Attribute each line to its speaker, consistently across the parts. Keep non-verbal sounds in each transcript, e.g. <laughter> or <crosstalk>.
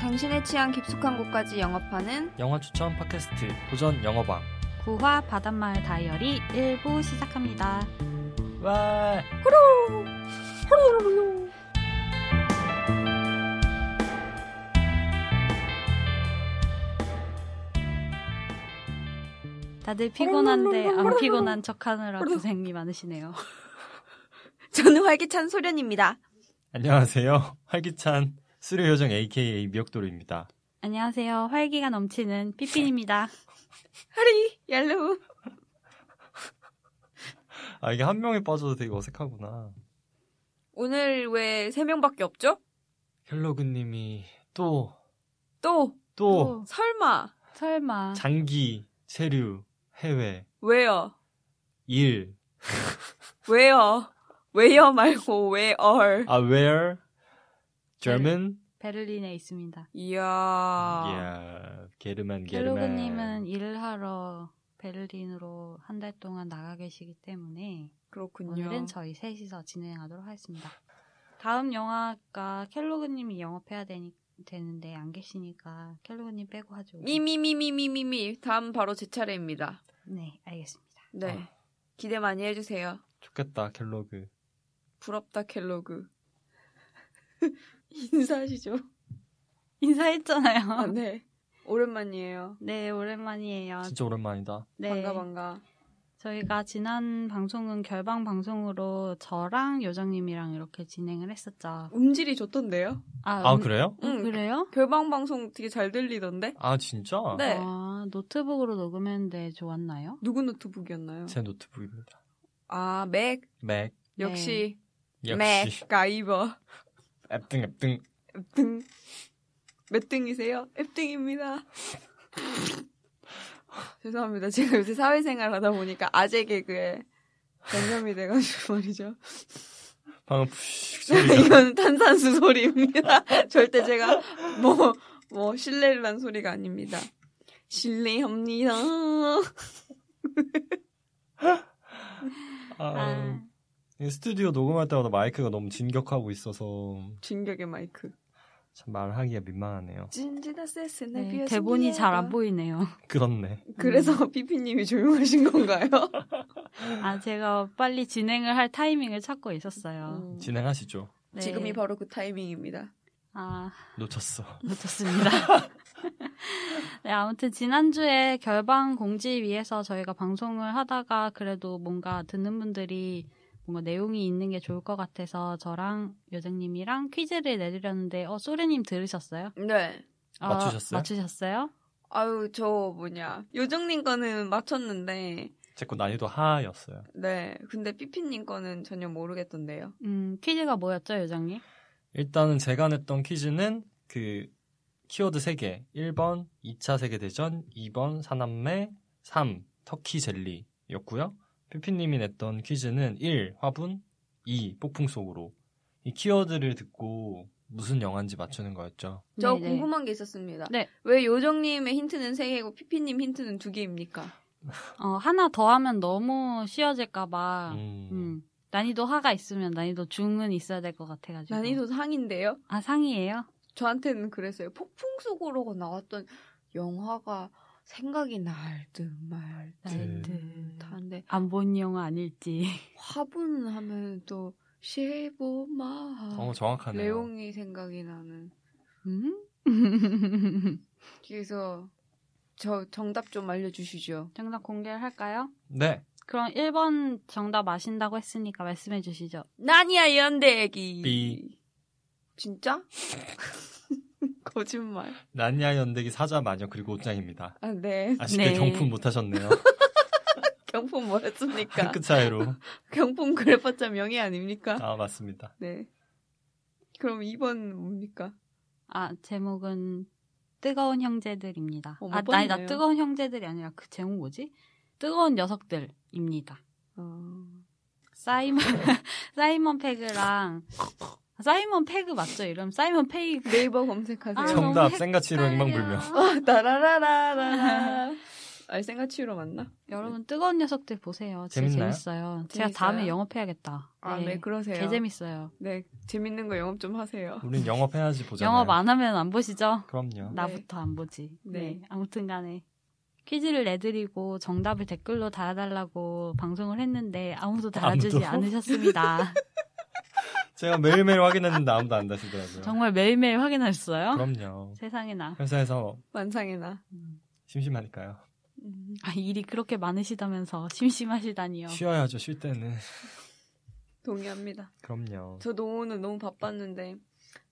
Speaker 1: 당신의 취향 깊숙한 곳까지 영업하는
Speaker 2: 영화 추천 팟캐스트 도전 영어방.
Speaker 3: 구화 바닷마을 다이어리 1부 시작합니다.
Speaker 2: 와.
Speaker 3: 다들 피곤한데 안 피곤한 척하느라 고생이 많으시네요.
Speaker 1: 저는 활기찬 소련입니다.
Speaker 2: 안녕하세요. <laughs> 활기찬 수료 요정 AKA 미역도로입니다.
Speaker 3: 안녕하세요. 활기가 넘치는 삐삐입니다.
Speaker 1: 하리 옐로우
Speaker 2: 아 이게 한 명이 빠져도 되게 어색하구나.
Speaker 1: 오늘 왜 세 명밖에 없죠?
Speaker 2: 헬로그님이 또
Speaker 1: 또
Speaker 2: 또
Speaker 3: 또.
Speaker 1: 설마
Speaker 3: 설마
Speaker 2: 장기 체류 해외
Speaker 1: 왜요?
Speaker 2: 일.
Speaker 1: 왜요? 왜요 말고 왜 얼?
Speaker 2: 아 where
Speaker 3: 네.
Speaker 2: German?
Speaker 3: 베를린에 있습니다. 아.
Speaker 1: 이야
Speaker 2: 예. 게르만 게르만.
Speaker 3: 갤로그님은 일을 하러 베를린으로 한 달 동안 나가 계시기 때문에
Speaker 1: 그렇군요.
Speaker 3: 오늘은 저희 셋이서 진행하도록 하겠습니다. 다음 영화가 켈로그님이 영업해야 되니, 되는데 안 계시니까 켈로그님 빼고 하죠.
Speaker 1: 미미미미미미미 다음 바로 제 차례입니다.
Speaker 3: 네, 알겠습니다.
Speaker 1: 네
Speaker 2: 아.
Speaker 1: 기대 많이 해주세요.
Speaker 2: 좋겠다 갤로그.
Speaker 1: 부럽다 켈로그 <laughs> 인사하시죠.
Speaker 3: 인사했잖아요.
Speaker 1: 아, 네 오랜만이에요.
Speaker 3: 네, 오랜만이에요.
Speaker 2: 진짜 오랜만이다.
Speaker 3: 네.
Speaker 1: 반가 반가.
Speaker 3: 저희가 지난 방송은 결방 방송으로 저랑 요정님이랑 이렇게 진행을 했었죠. 아,
Speaker 1: 음질이 좋던데요?
Speaker 2: 아
Speaker 3: 음,
Speaker 2: 그래요?
Speaker 1: 응.
Speaker 3: 그래요?
Speaker 1: 결방 방송 되게 잘 들리던데?
Speaker 2: 아 진짜?
Speaker 1: 네.
Speaker 3: 아, 노트북으로 녹음했는데 좋았나요?
Speaker 1: 누구 노트북이었나요?
Speaker 2: 제 노트북입니다.
Speaker 1: 아, 맥.
Speaker 2: 맥
Speaker 3: 네.
Speaker 1: 역시
Speaker 2: 역시
Speaker 1: 맥 가이버.
Speaker 2: 앱등 앱등
Speaker 1: 등. 몇 등이세요? F등입니다. <laughs> 죄송합니다. 제가 요새 사회생활 하다 보니까 아재 개그에 전념이 돼가지고 말이죠.
Speaker 2: 방금 푸식
Speaker 3: <laughs>
Speaker 1: <laughs>
Speaker 2: 소리가
Speaker 1: 이건 탄산수 소리입니다. <laughs> 절대 제가 뭐, 뭐, 실례를 한 소리가 아닙니다. 실례합니다. <laughs>
Speaker 2: 아, 이 스튜디오 녹음할 때마다 마이크가 너무 진격하고 있어서
Speaker 1: 진격의 마이크.
Speaker 2: 참 말하기가 민망하네요.
Speaker 1: 진지다 세스
Speaker 3: 네,
Speaker 1: 네,
Speaker 3: 대본이 잘 안 보이네요.
Speaker 1: 음.
Speaker 2: 그렇네.
Speaker 1: 그래서 <laughs> 피피님이 조용하신 건가요?
Speaker 3: 아, 제가 빨리 진행을 할 타이밍을 찾고 있었어요.
Speaker 1: 음.
Speaker 2: 진행하시죠.
Speaker 3: 네.
Speaker 1: 지금이 바로 그 타이밍입니다.
Speaker 3: 아,
Speaker 2: 놓쳤어.
Speaker 3: 놓쳤습니다. <laughs> 네, 아무튼 지난주에 결방 공지 위해서 저희가 방송을 하다가 그래도 뭔가 듣는 분들이 뭔가 내용이 있는 게 좋을 것 같아서 저랑 여정님이랑 퀴즈를 내드렸는데 어 소래님 들으셨어요?
Speaker 1: 네.
Speaker 3: 아,
Speaker 2: 맞추셨어요?
Speaker 3: 맞추셨어요?
Speaker 1: 아유, 저 뭐냐. 요정님 거는 맞췄는데,
Speaker 2: 제 거 난이도 하였어요.
Speaker 1: 네. 근데 피피님 거는 전혀 모르겠던데요.
Speaker 3: 음 퀴즈가 뭐였죠, 여정님?
Speaker 2: 일단은 제가 냈던 퀴즈는 그 키워드 3개. 1번 2차 세계대전, 2번 사남매, 3 터키 젤리였고요. 피피님이 냈던 퀴즈는 1 화분, 2 폭풍 속으로. 이 키워드를 듣고 무슨 영화인지 맞추는 거였죠.
Speaker 1: 저
Speaker 3: 네네.
Speaker 1: 궁금한 게 있었습니다.
Speaker 3: 네.
Speaker 1: 왜 요정님의 힌트는 3개고 피피님 힌트는 2개입니까?
Speaker 3: 어 하나 더 하면 너무 쉬워질까봐 음.
Speaker 2: 음.
Speaker 3: 난이도 하가 있으면 난이도 중은 있어야 될 것 같아가지고
Speaker 1: 난이도 상인데요?
Speaker 3: 아 상이에요?
Speaker 1: 저한테는 그랬어요. 폭풍 속으로가 나왔던 영화가 생각이 날 듯 말
Speaker 2: 네.
Speaker 1: 듯한데,
Speaker 3: 안 본 영화 아닐지. <laughs>
Speaker 1: 화분 하면 또 쉐보마
Speaker 2: 어, 정확하네요.
Speaker 1: 레옹이 생각이 나는
Speaker 3: 음?
Speaker 1: 그래서 저 정답 좀 알려주시죠
Speaker 3: 정답 공개할까요?
Speaker 2: 네.
Speaker 3: 그럼 1번 정답 아신다고 했으니까 말씀해 주시죠.
Speaker 1: 나니아 연대기
Speaker 2: 삐.
Speaker 1: 진짜? <laughs> 거짓말
Speaker 2: 난야 연대기 사자 마녀 그리고 옷장입니다.
Speaker 1: 아, 네
Speaker 2: 아쉽게
Speaker 3: 네. 그러니까.
Speaker 2: 경품 못하셨네요.
Speaker 1: 경품
Speaker 2: <laughs> 한
Speaker 1: 뭐였습니까?
Speaker 2: 끗 차이로.
Speaker 1: 경품 그래봤자 명예 아닙니까?
Speaker 2: 그 아 맞습니다.
Speaker 1: 네 그럼 2번 뭡니까?
Speaker 3: 아, 제목은 뜨거운 형제들입니다.
Speaker 1: 어, 못
Speaker 3: 아, 아니, 나
Speaker 1: 봤네요.
Speaker 3: 뜨거운 형제들이 아니라 그 제목 뭐지? 뜨거운 녀석들입니다.
Speaker 1: 어...
Speaker 3: 사이먼, <laughs> 사이먼 페그랑, 사이먼 페그 맞죠? 이름 사이먼 페이그.
Speaker 1: 네이버 검색하세요
Speaker 3: 아, 너무 <laughs>
Speaker 2: 정답 생가치로
Speaker 3: 헷갈려.
Speaker 2: 행방불명.
Speaker 1: 따라라라라라 알생가치유로 만나?
Speaker 3: 여러분 뜨거운 녀석들 보세요. 진짜
Speaker 2: 재밌나요?
Speaker 3: 재밌어요. 제가
Speaker 1: 재밌어요?
Speaker 3: 다음에 영업해야겠다.
Speaker 1: 아, 네, 그러세요.
Speaker 3: 개 재밌어요.
Speaker 1: 네, 재밌는 거 영업 좀 하세요. <laughs>
Speaker 2: 우린 영업해야지 보잖아요.
Speaker 3: 영업 안 하면 안 보시죠?
Speaker 2: 그럼요.
Speaker 3: 나부터 안 보지.
Speaker 1: 네.
Speaker 3: 네. 아무튼 간에 퀴즈를 내드리고 정답을 댓글로 달아달라고 방송을 했는데 아무도 달아주지
Speaker 2: 아무도?
Speaker 3: 않으셨습니다.
Speaker 2: 제가 매일매일 확인했는데 아무도 안 다시더라고요.
Speaker 3: 정말 매일매일 확인하셨어요?
Speaker 2: 그럼요.
Speaker 3: 세상에나.
Speaker 2: 회사에서
Speaker 1: 만상에나.
Speaker 3: 음.
Speaker 2: 심심하니까요.
Speaker 1: 음,
Speaker 3: 아, 일이 그렇게 많으시다면서 <laughs> 심심하시다니요.
Speaker 2: 쉬어야죠. 쉴 때는.
Speaker 1: 동의합니다.
Speaker 2: 그럼요.
Speaker 1: 저도 오늘 너무 바빴는데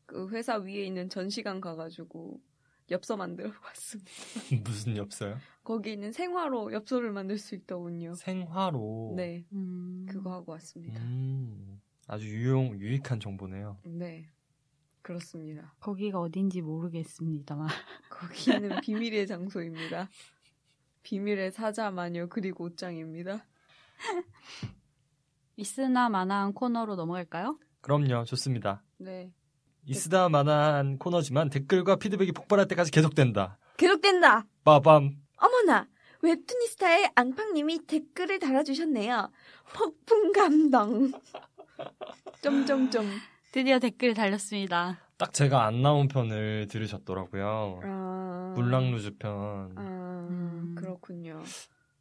Speaker 1: 그 회사 위에 있는 전시관 가가지고 엽서 만들어 <laughs> 봤습니다.
Speaker 2: <laughs> 무슨 엽서요?
Speaker 1: 거기 있는 생화로 엽서를 만들 수 있더군요.
Speaker 2: 생화로.
Speaker 1: 네,
Speaker 3: 음,
Speaker 1: 그거 하고 왔습니다.
Speaker 2: 음, 아주 유용 유익한 정보네요.
Speaker 1: 네, 그렇습니다.
Speaker 3: 거기가 어딘지 모르겠습니다만.
Speaker 1: 거기는 <laughs> 비밀의 장소입니다. 비밀의 사자 마녀 그리고 옷장입니다.
Speaker 3: 있으나 마나한 코너로 넘어갈까요?
Speaker 2: 그럼요. 좋습니다.
Speaker 1: 네,
Speaker 2: 이스다 만한 코너지만 댓글과 피드백이 폭발할 때까지 계속된다.
Speaker 1: 계속된다.
Speaker 2: 빠밤.
Speaker 1: 어머나 웹툰이스타의 앙팡님이 댓글을 달아주셨네요. 폭풍 감동. <laughs> 점점점.
Speaker 3: 드디어 댓글 달렸습니다.
Speaker 2: 딱 제가 안 나온 편을 들으셨더라고요.
Speaker 1: 아...
Speaker 2: 물랑루즈 편.
Speaker 1: 아
Speaker 3: 음.
Speaker 1: 그렇군요.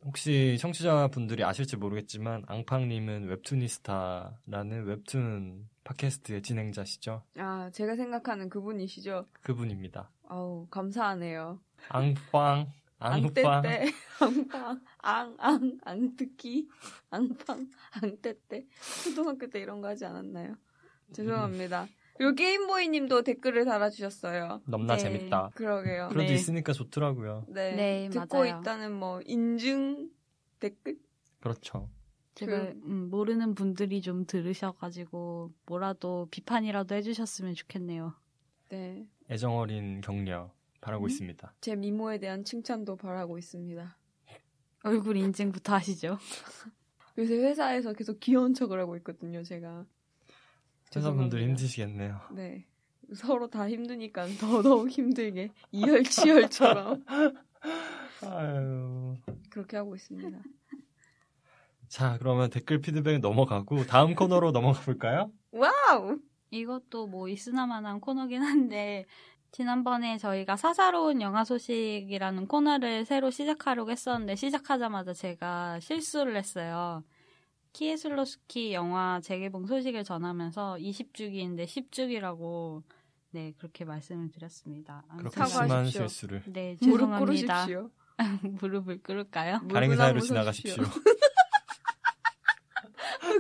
Speaker 2: 혹시 청취자분들이 아실지 모르겠지만 앙팡님은 웹툰이스타라는 웹툰 팟캐스트의 진행자시죠?
Speaker 1: 아 제가 생각하는 그분이시죠.
Speaker 2: 그분입니다.
Speaker 1: 아우 감사하네요.
Speaker 2: 앙팡, 앙팡.
Speaker 1: 앙떼떼 앙팡 앙앙 앙특기 앙팡 앙떼떼 초등학교 때 이런 거 하지 않았나요? 죄송합니다. 요 게임보이님도 댓글을 달아주셨어요.
Speaker 2: 넘나
Speaker 3: 네.
Speaker 2: 재밌다.
Speaker 1: 그러게요.
Speaker 2: 그래도
Speaker 3: 네.
Speaker 2: 있으니까 좋더라고요.
Speaker 1: 네,
Speaker 3: 네,
Speaker 1: 듣고
Speaker 3: 맞아요.
Speaker 1: 있다는 뭐 인증 댓글
Speaker 2: 그렇죠.
Speaker 3: 제가 음, 모르는 분들이 좀 들으셔가지고 뭐라도 비판이라도 해주셨으면 좋겠네요.
Speaker 1: 네.
Speaker 2: 애정 어린 격려 바라고
Speaker 3: 음?
Speaker 2: 있습니다.
Speaker 1: 제 미모에 대한 칭찬도 바라고 있습니다.
Speaker 3: 얼굴 인증부터 하시죠.
Speaker 1: 요새 회사에서 계속 귀여운 척을 하고 있거든요, 제가. 죄송합니다.
Speaker 2: 회사분들 힘드시겠네요.
Speaker 1: 네. 서로 다 힘드니까 더더욱 힘들게
Speaker 3: <laughs>
Speaker 1: 이열치열처럼
Speaker 2: 아유.
Speaker 1: 그렇게 하고 있습니다.
Speaker 2: 자, 그러면 댓글 피드백 넘어가고 다음 코너로 넘어가 볼까요?
Speaker 1: 와우!
Speaker 3: 이것도 뭐 있으나마나한 코너긴 한데 지난번에 저희가 사사로운 영화 소식이라는 코너를 새로 시작하려고 했었는데 시작하자마자 제가 실수를 했어요. 키에슬로스키 영화 재개봉 소식을 전하면서 20주기인데 10주기라고 네 그렇게 말씀을 드렸습니다. 아무튼
Speaker 2: 그렇게
Speaker 1: 사과하십시오.
Speaker 2: 심한 실수를.
Speaker 3: 네
Speaker 1: 무릎
Speaker 3: 죄송합니다.
Speaker 1: 꿇으십시오.
Speaker 3: <laughs> 무릎을 꿇을까요?
Speaker 2: 발행 사이로
Speaker 1: 물구나무
Speaker 2: 지나가십시오.
Speaker 1: <laughs>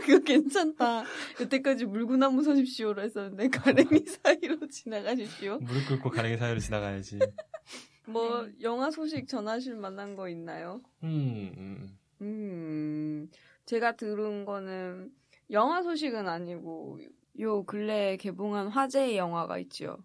Speaker 1: 그거 괜찮다. 여태까지 물구나무 서십시오로 했었는데
Speaker 2: <laughs>
Speaker 1: 가랭이 사이로 지나가십시오.
Speaker 2: <laughs> 무릎 꿇고 가랭이 사이로 지나가야지.
Speaker 1: 뭐
Speaker 3: 네.
Speaker 1: 영화 소식 전하실 만한 거 있나요?
Speaker 2: 음, 음.
Speaker 1: 음, 제가 들은 거는 영화 소식은 아니고 요 근래에 개봉한 화제의 영화가 있죠.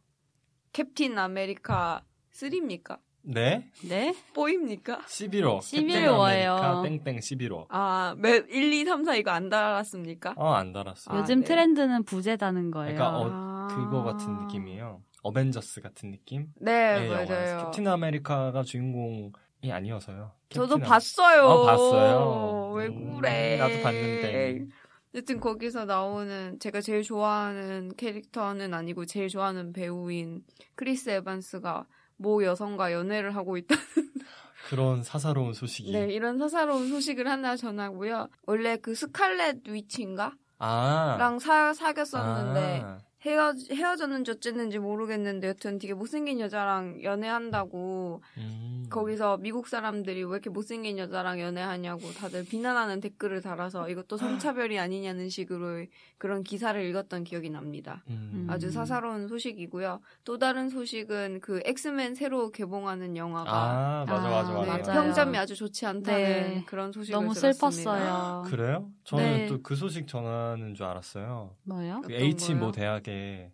Speaker 1: 캡틴 아메리카 3입니까?
Speaker 2: 네?
Speaker 3: 네
Speaker 1: 4입니까?
Speaker 2: 11호.
Speaker 3: 11호 예요.
Speaker 2: 땡땡 11호.
Speaker 1: 아, 매, 1, 2, 3, 4 이거 안 달았습니까?
Speaker 2: 어, 안 달았어.
Speaker 1: 아,
Speaker 3: 요즘
Speaker 1: 네.
Speaker 3: 트렌드는 부재다는 거예요.
Speaker 2: 그러니까 어,
Speaker 1: 아.
Speaker 2: 그거 같은 느낌이에요. 어벤져스 같은 느낌?
Speaker 1: 네,
Speaker 2: 의 영화였어요.
Speaker 1: 맞아요.
Speaker 2: 캡틴 아메리카가 주인공이 아니어서요.
Speaker 1: 저도
Speaker 2: 캡틴 아메-
Speaker 1: 봤어요.
Speaker 2: 어, 봤어요.
Speaker 1: 왜
Speaker 2: 음,
Speaker 1: 그래?
Speaker 2: 나도 봤는데.
Speaker 1: 여튼 거기서 나오는 제가 제일 좋아하는 캐릭터는 아니고 제일 좋아하는 배우인 크리스 에반스가 모 여성과 연애를 하고 있다.
Speaker 2: 그런 사사로운 소식이.
Speaker 1: 네, 이런 사사로운 소식을 하나 전하고요. 원래 그 스칼렛 위치인가?
Speaker 2: 아.
Speaker 1: 랑 사, 사귀었었는데
Speaker 2: 아,
Speaker 1: 헤어, 헤어졌는지 어쨌는지 모르겠는데 여튼 되게 못생긴 여자랑 연애한다고
Speaker 2: 음.
Speaker 1: 거기서 미국 사람들이 왜 이렇게 못생긴 여자랑 연애하냐고 다들 비난하는 댓글을 달아서 이것도 성차별이 아니냐는 식으로 그런 기사를 읽었던 기억이 납니다.
Speaker 2: 음.
Speaker 1: 아주
Speaker 3: 음.
Speaker 1: 사사로운 소식이고요. 또 다른 소식은 그 엑스맨 새로 개봉하는 영화가
Speaker 2: 아, 맞아,
Speaker 3: 아,
Speaker 2: 맞아,
Speaker 1: 네,
Speaker 2: 맞아.
Speaker 3: 맞아요.
Speaker 1: 평점이 아주 좋지 않다는
Speaker 3: 네.
Speaker 1: 그런 소식을
Speaker 3: 너무
Speaker 1: 들었습니다.
Speaker 3: 슬펐어요.
Speaker 2: 그래요? 저는
Speaker 3: 네.
Speaker 2: 또 그 소식 전하는 줄 알았어요.
Speaker 3: 뭐요?
Speaker 2: 그
Speaker 1: 어떤
Speaker 2: H
Speaker 1: 거요?
Speaker 2: 모 대학에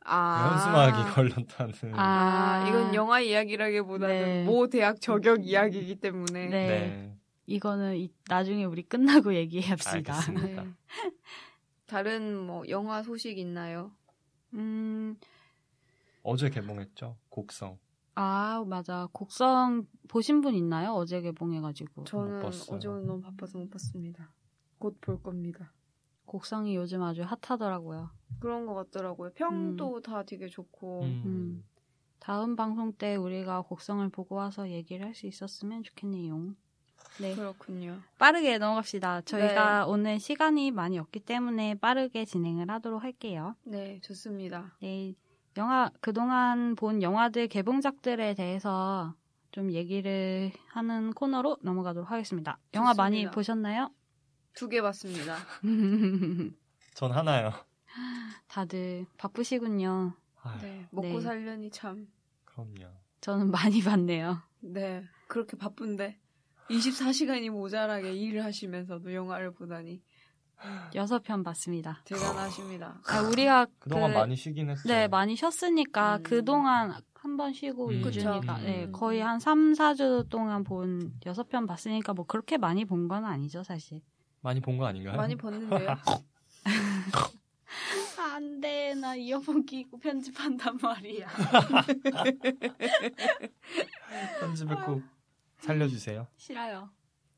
Speaker 1: 아.
Speaker 2: 현수막이 <laughs> 걸렸다는.
Speaker 1: 아, 이건 영화 이야기라기보다는
Speaker 3: 네.
Speaker 1: 모 대학 저격 이야기이기 때문에.
Speaker 3: 네.
Speaker 2: 네.
Speaker 3: 이거는 이- 나중에 우리 끝나고 <laughs> 얘기합시다.
Speaker 2: 알겠습니다.
Speaker 1: 네. <laughs> 다른 뭐 영화 소식 있나요?
Speaker 3: 음,
Speaker 2: 어제 개봉했죠. 곡성.
Speaker 3: 아, 맞아. 곡성 보신 분 있나요? 어제 개봉해가지고.
Speaker 1: 저는
Speaker 2: 봤어요.
Speaker 1: 어제 오늘 너무 바빠서 못 봤습니다. 곧 볼 겁니다.
Speaker 3: 곡성이 요즘 아주 핫하더라고요.
Speaker 1: 그런 것 같더라고요. 평도 다 되게 좋고.
Speaker 3: 음. 다음 방송 때 우리가 곡성을 보고 와서 얘기를 할 수 있었으면 좋겠네요. 네.
Speaker 1: 그렇군요.
Speaker 3: 빠르게 넘어갑시다. 저희가 오늘 시간이 많이 없기 때문에 빠르게 진행을 하도록 할게요.
Speaker 1: 네, 좋습니다.
Speaker 3: 네. 영화, 그동안 본 영화들 개봉작들에 대해서 좀 얘기를 하는 코너로 넘어가도록 하겠습니다. 영화 많이
Speaker 1: 좋습니다.
Speaker 3: 보셨나요?
Speaker 1: 두 개 봤습니다.
Speaker 2: 전 하나요.
Speaker 3: <laughs> 다들 바쁘시군요.
Speaker 2: 아유,
Speaker 1: 네, 먹고
Speaker 3: 네.
Speaker 1: 살려니 참.
Speaker 2: <laughs> 그럼요.
Speaker 3: 저는 많이 봤네요.
Speaker 1: 네, 그렇게 바쁜데 24시간이 모자라게 일을 하시면서도 영화를 보다니
Speaker 3: 여섯 편 봤습니다.
Speaker 1: 대단하십니다.
Speaker 3: 아, 우리가
Speaker 2: 그동안
Speaker 3: 그-
Speaker 2: 많이 쉬긴 했어요.
Speaker 3: 네, 많이 쉬었으니까
Speaker 1: 음.
Speaker 3: 그동안 한 번 쉬고
Speaker 2: 음.
Speaker 3: 이
Speaker 2: 그쵸.
Speaker 3: 2주니까 네,
Speaker 1: 음.
Speaker 3: 거의 한 3, 4주 동안 본 6편 봤으니까 뭐 그렇게 많이 본 건 아니죠, 사실.
Speaker 2: 많이 본 거 아닌가요?
Speaker 1: 많이 봤는데요.
Speaker 3: 안 돼. 나 이어폰 끼고 편집한단 말이야.
Speaker 2: <laughs> 편집을 꼭 살려주세요.
Speaker 3: 싫어요.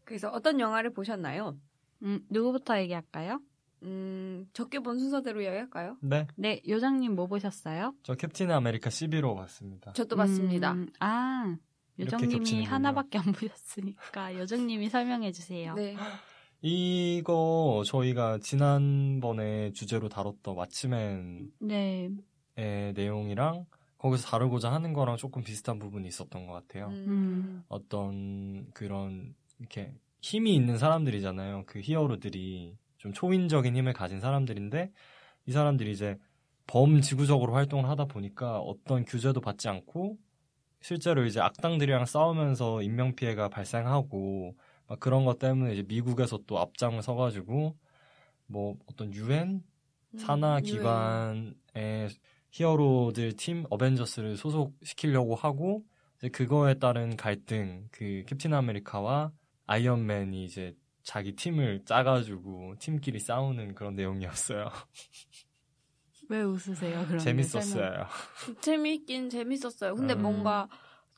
Speaker 1: 그래서 어떤 영화를 보셨나요?
Speaker 3: 음, 누구부터 얘기할까요?
Speaker 1: 음, 적게 본 순서대로 이야기할까요?
Speaker 2: 네,
Speaker 3: 네, 요정님 뭐 보셨어요?
Speaker 2: 저 캡틴 아메리카 11호 봤습니다.
Speaker 1: 저도 봤습니다.
Speaker 3: 음, 아,
Speaker 2: 이렇게
Speaker 3: 요정님이
Speaker 2: 겹치는군요.
Speaker 3: 하나밖에 안 보셨으니까 <laughs> 요정님이 설명해 주세요.
Speaker 1: 네,
Speaker 2: 이거 저희가 지난번에 주제로 다뤘던 왓츠맨의
Speaker 3: 네.
Speaker 2: 내용이랑 거기서 다루고자 하는 거랑 조금 비슷한 부분이 있었던 것 같아요.
Speaker 1: 음,
Speaker 2: 어떤 그런 이렇게 힘이 있는 사람들이잖아요. 그 히어로들이 좀 초인적인 힘을 가진 사람들인데 이 사람들이 이제 범지구적으로 활동을 하다 보니까 어떤 규제도 받지 않고 실제로 이제 악당들이랑 싸우면서 인명 피해가 발생하고 막 그런 것 때문에 이제 미국에서 또 앞장을 서가지고 뭐 어떤 유엔
Speaker 1: 음,
Speaker 2: 산하
Speaker 1: 유해.
Speaker 2: 기관의 히어로들 팀 어벤져스를 소속시키려고 하고 이제 그거에 따른 갈등 그 캡틴 아메리카와 아이언맨이 이제 자기 팀을 짜가지고 팀끼리 싸우는 그런 내용이었어요.
Speaker 3: 왜 웃으세요, 그러면?
Speaker 2: 재밌었어요.
Speaker 1: 재미있긴 재밌었어요. 근데
Speaker 2: 음.
Speaker 1: 뭔가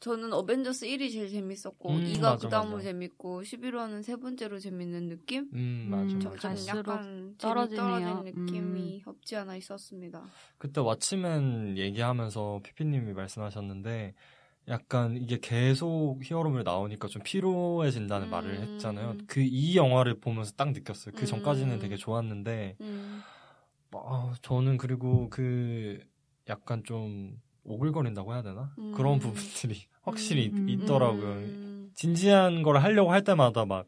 Speaker 1: 저는 어벤져스 1이 제일 재밌었고
Speaker 2: 음,
Speaker 1: 2가
Speaker 2: 맞아,
Speaker 1: 그 다음으로
Speaker 2: 맞아.
Speaker 1: 재밌고 11호는 세 번째로 재밌는 느낌?
Speaker 2: 음 맞아.
Speaker 3: 음,
Speaker 2: 맞아.
Speaker 1: 점점
Speaker 3: 갈수록
Speaker 1: 약간 떨어진
Speaker 3: 떨어지네요. 음.
Speaker 1: 느낌이 없지 않아 있었습니다.
Speaker 2: 그때 왓츠맨 얘기하면서 피피님이 말씀하셨는데 약간 이게 계속 히어로물 나오니까 좀 피로해진다는
Speaker 1: 음.
Speaker 2: 말을 했잖아요. 그 이 영화를 보면서 딱 느꼈어요. 그 전까지는
Speaker 1: 음.
Speaker 2: 되게 좋았는데
Speaker 1: 음,
Speaker 2: 아, 저는 그리고 그 약간 좀 오글거린다고 해야 되나?
Speaker 1: 음.
Speaker 2: 그런 부분들이 <laughs> 확실히
Speaker 3: 음.
Speaker 2: 있, 더라고요
Speaker 1: 음.
Speaker 2: 진지한 걸 하려고 할 때마다 막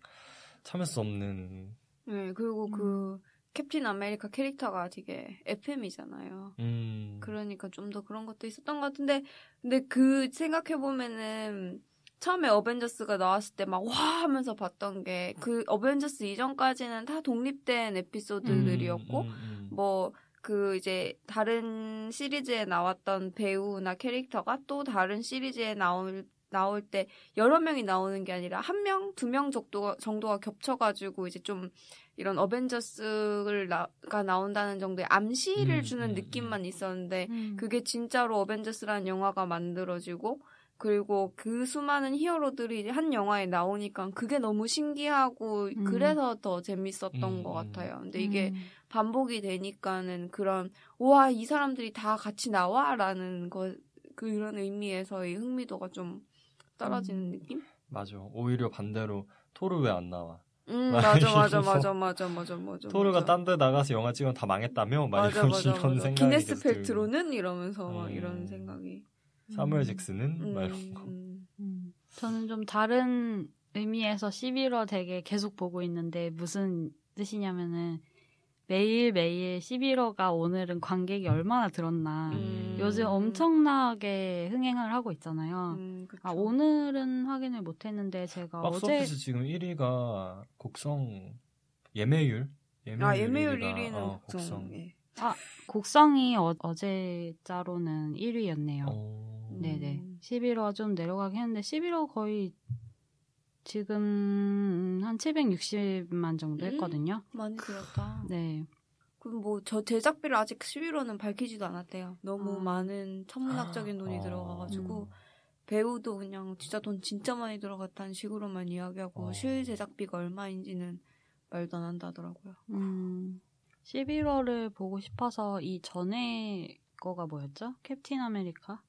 Speaker 2: 참을 수 없는
Speaker 1: 네, 그리고
Speaker 3: 음.
Speaker 1: 그 캡틴 아메리카 캐릭터가 되게 FM이잖아요.
Speaker 2: 음.
Speaker 1: 그러니까 좀 더 그런 것도 있었던 것 같은데, 근데 그 생각해 보면은 처음에 어벤져스가 나왔을 때 막 와 하면서 봤던 게 그 어벤져스 이전까지는 다 독립된 에피소드들이었고
Speaker 2: 음, 음, 음.
Speaker 1: 뭐 그 이제 다른 시리즈에 나왔던 배우나 캐릭터가 또 다른 시리즈에 나올 나올 때 여러 명이 나오는 게 아니라 한 명, 두 명 정도가, 정도가 겹쳐가지고 이제 좀 이런 어벤져스를 나가 나온다는 정도의 암시를
Speaker 2: 음,
Speaker 1: 주는
Speaker 2: 음,
Speaker 1: 느낌만 있었는데
Speaker 3: 음.
Speaker 1: 그게 진짜로 어벤져스라는 영화가 만들어지고 그리고 그 수많은 히어로들이 이제 한 영화에 나오니까 그게 너무 신기하고
Speaker 3: 음.
Speaker 1: 그래서 더 재밌었던
Speaker 2: 음,
Speaker 1: 것
Speaker 2: 음.
Speaker 1: 같아요. 근데 이게
Speaker 3: 음.
Speaker 1: 반복이 되니까는 그런 와 이 사람들이 다 같이 나와라는 거 그런 의미에서의 흥미도가 좀 떨어지는
Speaker 3: 음.
Speaker 1: 느낌?
Speaker 2: 맞아. 오히려 반대로 토르 왜 안 나와?
Speaker 1: 음
Speaker 2: 막
Speaker 1: 맞아 맞아
Speaker 2: 이러면서
Speaker 1: 맞아 맞아 맞아 맞아
Speaker 2: 토르가
Speaker 1: 맞아.
Speaker 2: 딴 데 나가서 영화 찍으면 다 망했다며? 막
Speaker 1: 맞아,
Speaker 2: 이런,
Speaker 1: 맞아,
Speaker 2: <laughs> 이런
Speaker 1: 맞아.
Speaker 2: 생각이
Speaker 1: 기네스
Speaker 2: 계속 들고.
Speaker 1: 팩트로는 이러면서 막
Speaker 2: 음.
Speaker 1: 이런 생각이
Speaker 2: 사무엘 잭슨은?
Speaker 1: 음,
Speaker 2: 막 이런 거.
Speaker 1: 음.
Speaker 3: 음, 저는 좀 다른 의미에서 11월 되게 계속 보고 있는데 무슨 뜻이냐면은 매일매일 11월가 오늘은 관객이 얼마나 들었나.
Speaker 1: 음.
Speaker 3: 요즘 엄청나게 흥행을 하고 있잖아요.
Speaker 1: 음, 그쵸.
Speaker 3: 아, 오늘은 확인을 못 했는데
Speaker 1: 아,
Speaker 3: 제가 어제
Speaker 2: 박스오피스 지금 1위가 곡성 예매율? 음, 예매율
Speaker 1: 아 예매율
Speaker 2: 1위가,
Speaker 1: 1위는
Speaker 2: 어,
Speaker 1: 걱정 예.
Speaker 3: 곡성이 어, 어제자로는 1위였네요.
Speaker 2: 어,
Speaker 1: 네.
Speaker 3: 네네.
Speaker 1: 음.
Speaker 3: 11호 좀 내려가긴 했는데 11호 거의 지금 한 760만 정도
Speaker 1: 음.
Speaker 3: 했거든요.
Speaker 1: 많이 들었다
Speaker 3: 네.
Speaker 1: 그럼 뭐 저 제작비를 아직 11호는 밝히지도 않았대요 너무
Speaker 3: 아.
Speaker 1: 많은 천문학적인 돈이
Speaker 2: 아.
Speaker 1: 들어가가지고 배우도 그냥 진짜 돈 진짜 많이 들어갔다는 식으로만 이야기하고
Speaker 2: 어.
Speaker 1: 실 제작비가 얼마인지는 말도 안 한다더라고요.
Speaker 3: 음, 11월을 보고 싶어서 이 전에 거가 뭐였죠? 캡틴 아메리카?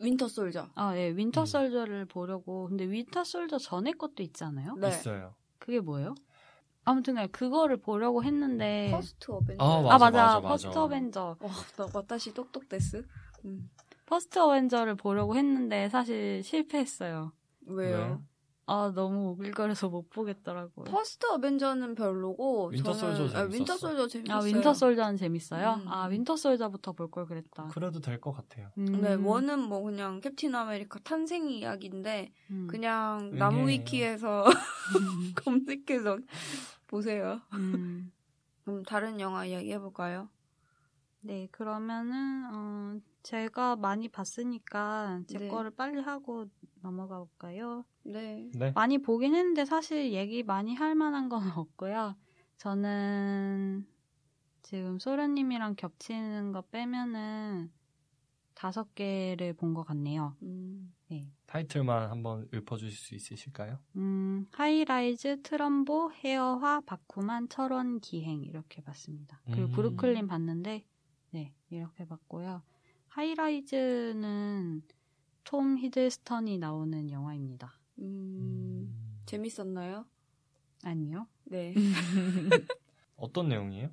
Speaker 1: 윈터 솔저.
Speaker 3: 아, 예, 윈터
Speaker 2: 음.
Speaker 3: 솔저를 보려고. 근데 윈터 솔저 전에 것도 있잖아요?
Speaker 1: 네.
Speaker 2: 있어요.
Speaker 3: 그게 뭐예요? 아무튼 그냥 그거를 보려고 했는데.
Speaker 1: 퍼스트 어벤져.
Speaker 2: 아,
Speaker 3: 아,
Speaker 2: 맞아.
Speaker 3: 맞아.
Speaker 2: 맞아.
Speaker 3: 퍼스트 어벤져.
Speaker 1: 네. 와, 나 와타시 똑똑데스. 음,
Speaker 3: 퍼스트 어벤져를 보려고 했는데 사실 실패했어요.
Speaker 2: 네.
Speaker 1: 왜요?
Speaker 3: 아, 너무 오글거려서 못 보겠더라고요. 아,
Speaker 1: 퍼스트 어벤져는 별로고
Speaker 2: 윈터
Speaker 1: 저는
Speaker 2: 솔저
Speaker 1: 아,
Speaker 2: 재밌었어.
Speaker 1: 윈터 솔저 재밌었어요.
Speaker 3: 아, 윈터 솔저는 재밌어요?
Speaker 1: 음.
Speaker 3: 아, 윈터 솔저부터 볼 걸 그랬다.
Speaker 2: 그래도 될 것 같아요.
Speaker 3: 음.
Speaker 1: 네, 원은 뭐 그냥 캡틴 아메리카 탄생 이야기인데
Speaker 3: 음.
Speaker 1: 그냥
Speaker 2: 음.
Speaker 1: 나무 위키에서 <laughs> 검색해서 보세요.
Speaker 3: <laughs> 음.
Speaker 1: 그럼 다른 영화 이야기 해볼까요?
Speaker 3: 네, 그러면은, 어, 제가 많이 봤으니까 제
Speaker 1: 네.
Speaker 3: 거를 빨리 하고 넘어가 볼까요?
Speaker 1: 네.
Speaker 2: 네.
Speaker 3: 많이 보긴 했는데 사실 얘기 많이 할 만한 건 <laughs> 없고요. 저는 지금 소련님이랑 겹치는 거 빼면은 다섯 개를 본 것 같네요.
Speaker 1: 음.
Speaker 2: 타이틀만 한번 읊어주실 수 있으실까요?
Speaker 3: 음, 하이라이즈, 트럼보, 헤어화, 바쿠만, 철원, 기행 이렇게 봤습니다. 그리고
Speaker 2: 음.
Speaker 3: 브루클린 봤는데 네 이렇게 봤고요. 하이라이즈는 톰 히들스턴이 나오는 영화입니다.
Speaker 1: 음. 재밌었나요?
Speaker 3: 아니요.
Speaker 1: 네.
Speaker 3: 음,
Speaker 2: 어떤 내용이에요?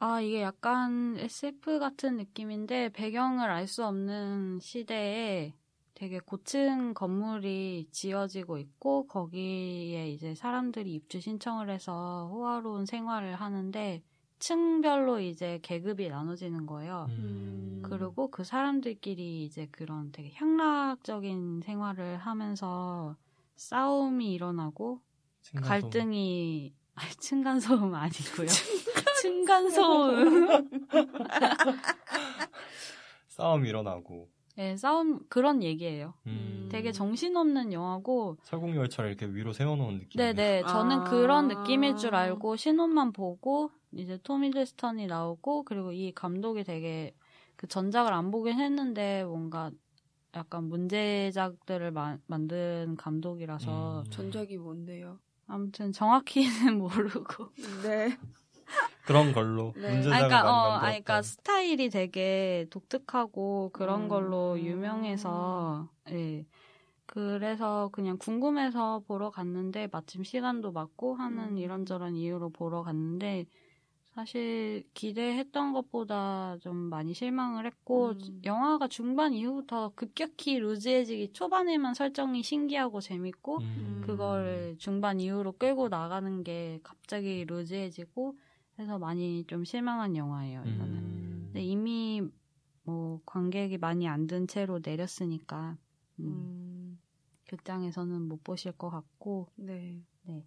Speaker 3: 아, 이게 약간 SF 같은 느낌인데 배경을 알 수 없는 시대에 되게 고층 건물이 지어지고 있고 거기에 이제 사람들이 입주 신청을 해서 호화로운 생활을 하는데 층별로 이제 계급이 나눠지는 거예요.
Speaker 1: 음.
Speaker 3: 아. 그리고 그 사람들끼리 이제 그런 되게 향락적인 생활을 하면서 싸움이 일어나고
Speaker 2: 층간소음.
Speaker 3: 갈등이 아니, <laughs> 층간소음 아니고요. <laughs> 층간소음.
Speaker 2: 싸움 일어나고
Speaker 3: 예, 싸움 그런 얘기예요.
Speaker 2: 음.
Speaker 3: 되게 정신없는 영화고
Speaker 2: 설국 열차를 이렇게 위로 세워놓은 느낌.
Speaker 3: 네, 네. 저는
Speaker 1: 아.
Speaker 3: 그런 느낌일 줄 알고 신혼만 보고 이제 톰 히들스턴이 나오고 그리고 이 감독이 되게 그 전작을 안 보긴 했는데 뭔가 약간 문제작들을 마- 만든
Speaker 2: 음.
Speaker 3: 감독이라서
Speaker 1: <laughs> 전작이 뭔데요?
Speaker 3: 아무튼 정확히는 <laughs> 모르고
Speaker 1: 네.
Speaker 2: 그런 걸로
Speaker 1: 네.
Speaker 2: 문제작을
Speaker 3: 아니, 그러니까,
Speaker 2: 많이
Speaker 3: 어,
Speaker 2: 만들었다.
Speaker 3: 아니, 그러니까 스타일이 되게 독특하고 그런
Speaker 1: 음.
Speaker 3: 걸로 유명해서, 예. 그래서 그냥 궁금해서 보러 갔는데, 마침 시간도 맞고 하는
Speaker 1: 음.
Speaker 3: 이런저런 이유로 보러 갔는데, 사실 기대했던 것보다 좀 많이 실망을 했고,
Speaker 1: 음.
Speaker 3: 영화가 중반 이후부터 급격히 루즈해지기 초반에만 설정이 신기하고 재밌고,
Speaker 2: 음.
Speaker 3: 그걸 중반 이후로 끌고 나가는 게 갑자기 루즈해지고 해서 많이 좀 실망한 영화예요. 이거는.
Speaker 2: 음.
Speaker 3: 근데 이미 뭐 관객이 많이 안 든 채로 내렸으니까 음,
Speaker 1: 음.
Speaker 3: 극장에서는 못 보실 것 같고
Speaker 1: 네.
Speaker 3: 네.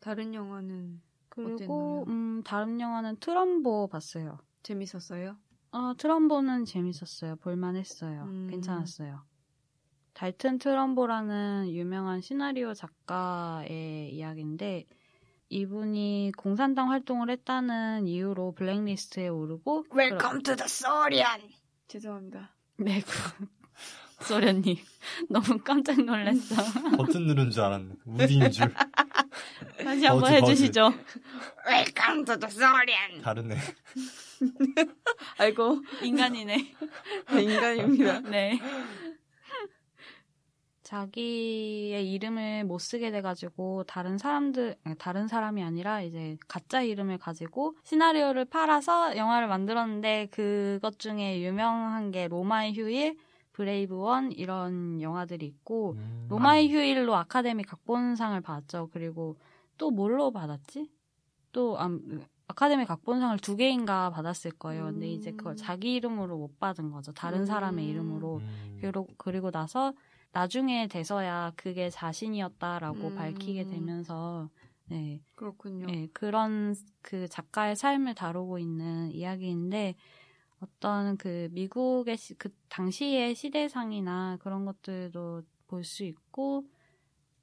Speaker 1: 다른 영화는 어땠나요?
Speaker 3: 그리고 음, 다음 영화는 트럼보 봤어요.
Speaker 1: 재밌었어요?
Speaker 3: 어, 트럼보는 재밌었어요. 볼만했어요.
Speaker 1: 음.
Speaker 3: 괜찮았어요. 달튼 트럼보라는 유명한 시나리오 작가의 이야기인데 이분이 공산당 활동을 했다는 이유로 블랙리스트에 오르고
Speaker 1: Welcome to the Soviet. 죄송합니다.
Speaker 3: 매국 <laughs> 소련님 그- <laughs> 너무 깜짝
Speaker 1: <laughs>
Speaker 3: 놀랐어.
Speaker 2: <laughs> 버튼 누른 줄 알았네. 우디인
Speaker 3: <laughs>
Speaker 2: 줄
Speaker 3: 다시 한번
Speaker 2: 버즈,
Speaker 3: 해주시죠.
Speaker 1: Welcome to the Soviet.
Speaker 2: 다르네.
Speaker 1: 아이고
Speaker 3: 인간이네.
Speaker 1: 아,
Speaker 3: <laughs>
Speaker 1: 인간입니다.
Speaker 3: 네. 자기의 이름을 못 쓰게 돼가지고 다른 사람들 아니, 다른 사람이 아니라 이제 가짜 이름을 가지고 시나리오를 팔아서 영화를 만들었는데 그것 중에 유명한 게 로마의 휴일, 브레이브 원 이런 영화들이 있고
Speaker 2: 음.
Speaker 3: 로마의 휴일로 아카데미 각본상을 받았죠. 그리고 또 뭘로 받았지? 또 아, 아카데미 각본상을 두 개인가 받았을 거예요. 근데 이제 그걸
Speaker 1: 음.
Speaker 3: 자기 이름으로 못 받은 거죠. 다른
Speaker 1: 음.
Speaker 3: 사람의 이름으로.
Speaker 2: 음.
Speaker 3: 그리고, 그리고 나서 나중에 돼서야 그게 자신이었다라고
Speaker 1: 음.
Speaker 3: 밝히게 되면서 네,
Speaker 1: 그렇군요.
Speaker 3: 네, 그런 그 작가의 삶을 다루고 있는 이야기인데 어떤 그 미국의 시- 그 당시의 시대상이나 그런 것들도 볼 수 있고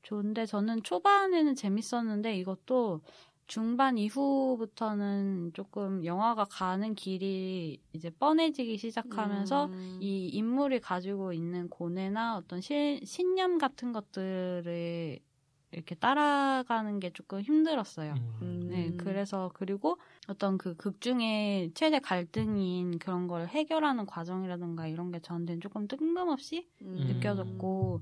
Speaker 3: 좋은데 저는 초반에는 재밌었는데 이것도 중반 이후부터는 조금 영화가 가는 길이 이제 뻔해지기 시작하면서
Speaker 1: 음.
Speaker 3: 이 인물이 가지고 있는 고뇌나 어떤 실, 신념 같은 것들을 이렇게 따라가는 게 조금 힘들었어요.
Speaker 2: 음.
Speaker 3: 네,
Speaker 1: 음.
Speaker 3: 그래서 그리고 어떤 그 극중의 최대 갈등인 그런 걸 해결하는 과정이라든가 이런 게 저한테는 조금 뜬금없이
Speaker 1: 음.
Speaker 3: 느껴졌고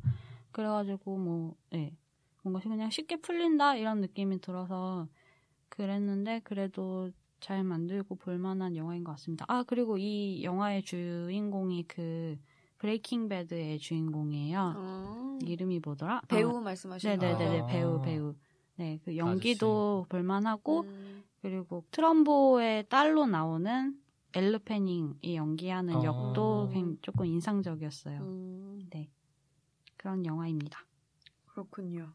Speaker 3: 그래가지고 뭐, 예, 뭔가 그냥 쉽게 풀린다 이런 느낌이 들어서 그랬는데 그래도 잘 만들고 볼만한 영화인 것 같습니다. 아 그리고 이 영화의 주인공이 그 브레이킹 배드의 주인공이에요.
Speaker 1: 어.
Speaker 3: 이름이 뭐더라?
Speaker 1: 배우
Speaker 3: 아,
Speaker 1: 말씀하시는
Speaker 3: 네네네네
Speaker 2: 아.
Speaker 3: 배우 배우. 네, 그 연기도 볼만하고
Speaker 1: 음.
Speaker 3: 그리고 트럼보의 딸로 나오는 엘르 패닝이 연기하는
Speaker 2: 어.
Speaker 3: 역도 굉- 조금 인상적이었어요.
Speaker 1: 음,
Speaker 3: 그런 영화입니다.
Speaker 1: 그렇군요.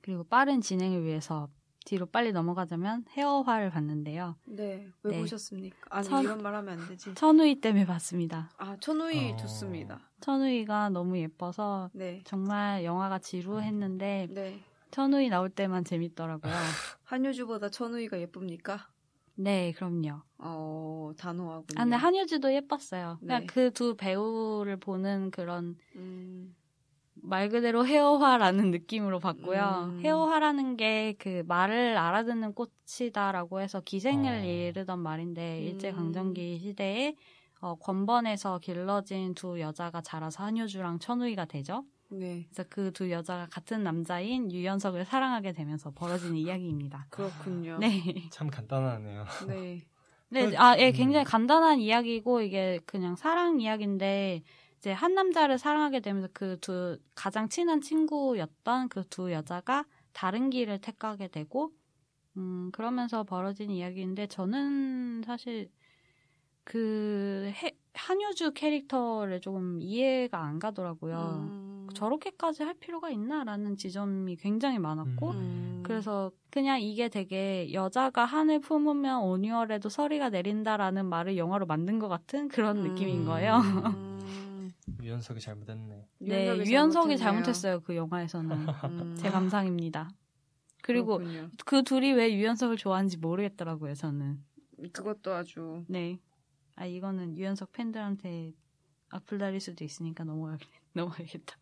Speaker 3: 그리고 빠른 진행을 위해서 뒤로 빨리 넘어가자면 헤어화를 봤는데요.
Speaker 1: 네. 왜
Speaker 3: 네.
Speaker 1: 보셨습니까? 아니
Speaker 3: 천-
Speaker 1: 이런 말 하면 안 되지.
Speaker 3: 천우희 때문에 봤습니다.
Speaker 1: 아, 천우이
Speaker 2: 어.
Speaker 1: 좋습니다.
Speaker 3: 천우희가 너무 예뻐서
Speaker 1: 네.
Speaker 3: 정말 영화가 지루했는데
Speaker 1: 네.
Speaker 3: 천우희 나올 때만 재밌더라고요.
Speaker 1: 한효주보다 천우이가 예쁩니까?
Speaker 3: 네, 그럼요.
Speaker 1: 어, 단호하군요.
Speaker 3: 아, 근데 한효주도 예뻤어요. 그냥
Speaker 1: 네.
Speaker 3: 그 두 배우를 보는 그런
Speaker 1: 음,
Speaker 3: 말 그대로 헤어화라는 느낌으로 봤고요.
Speaker 1: 음.
Speaker 3: 헤어화라는 게 그 말을 알아듣는 꽃이다라고 해서 기생을
Speaker 2: 어.
Speaker 3: 이르던 말인데
Speaker 1: 음.
Speaker 3: 일제 강점기 시대에 어, 권번에서 길러진 두 여자가 자라서 한효주랑 천우희가 되죠.
Speaker 1: 네.
Speaker 3: 그래서 그 두 여자가 같은 남자인 유연석을 사랑하게 되면서 벌어진 이야기입니다.
Speaker 1: 그렇군요.
Speaker 3: 네.
Speaker 2: 참 간단하네요.
Speaker 1: 네.
Speaker 3: 네,
Speaker 2: 그-
Speaker 3: 아, 예,
Speaker 2: 음.
Speaker 3: 굉장히 간단한 이야기고, 이게 그냥 사랑 이야기인데, 이제 한 남자를 사랑하게 되면서 그 두, 가장 친한 친구였던 그 두 여자가 다른 길을 택하게 되고, 음, 그러면서 벌어진 이야기인데, 저는 사실 그, 해- 한효주 캐릭터를 조금 이해가 안 가더라고요.
Speaker 1: 음,
Speaker 3: 저렇게까지 할 필요가 있나라는 지점이 굉장히 많았고,
Speaker 1: 음,
Speaker 3: 그래서 그냥 이게 되게 여자가 한을 품으면 온유월에도 서리가 내린다라는 말을 영화로 만든 것 같은 그런
Speaker 1: 음.
Speaker 3: 느낌인 거예요.
Speaker 1: 음,
Speaker 2: <laughs> 유연석이 잘못했네.
Speaker 3: 네,
Speaker 1: 유연석이
Speaker 3: 유연석이
Speaker 1: 잘못했네요.
Speaker 3: 잘못했어요. 그 영화에서는.
Speaker 1: 음,
Speaker 3: <laughs> 제 감상입니다. 그리고
Speaker 1: 그렇군요.
Speaker 3: 그 둘이 왜 유연석을 좋아하는지 모르겠더라고요, 저는.
Speaker 1: 그것도 아주
Speaker 3: 네. 아, 이거는 유연석 팬들한테 악플 달릴 수도 있으니까 <laughs> 넘어야, 넘어야겠다.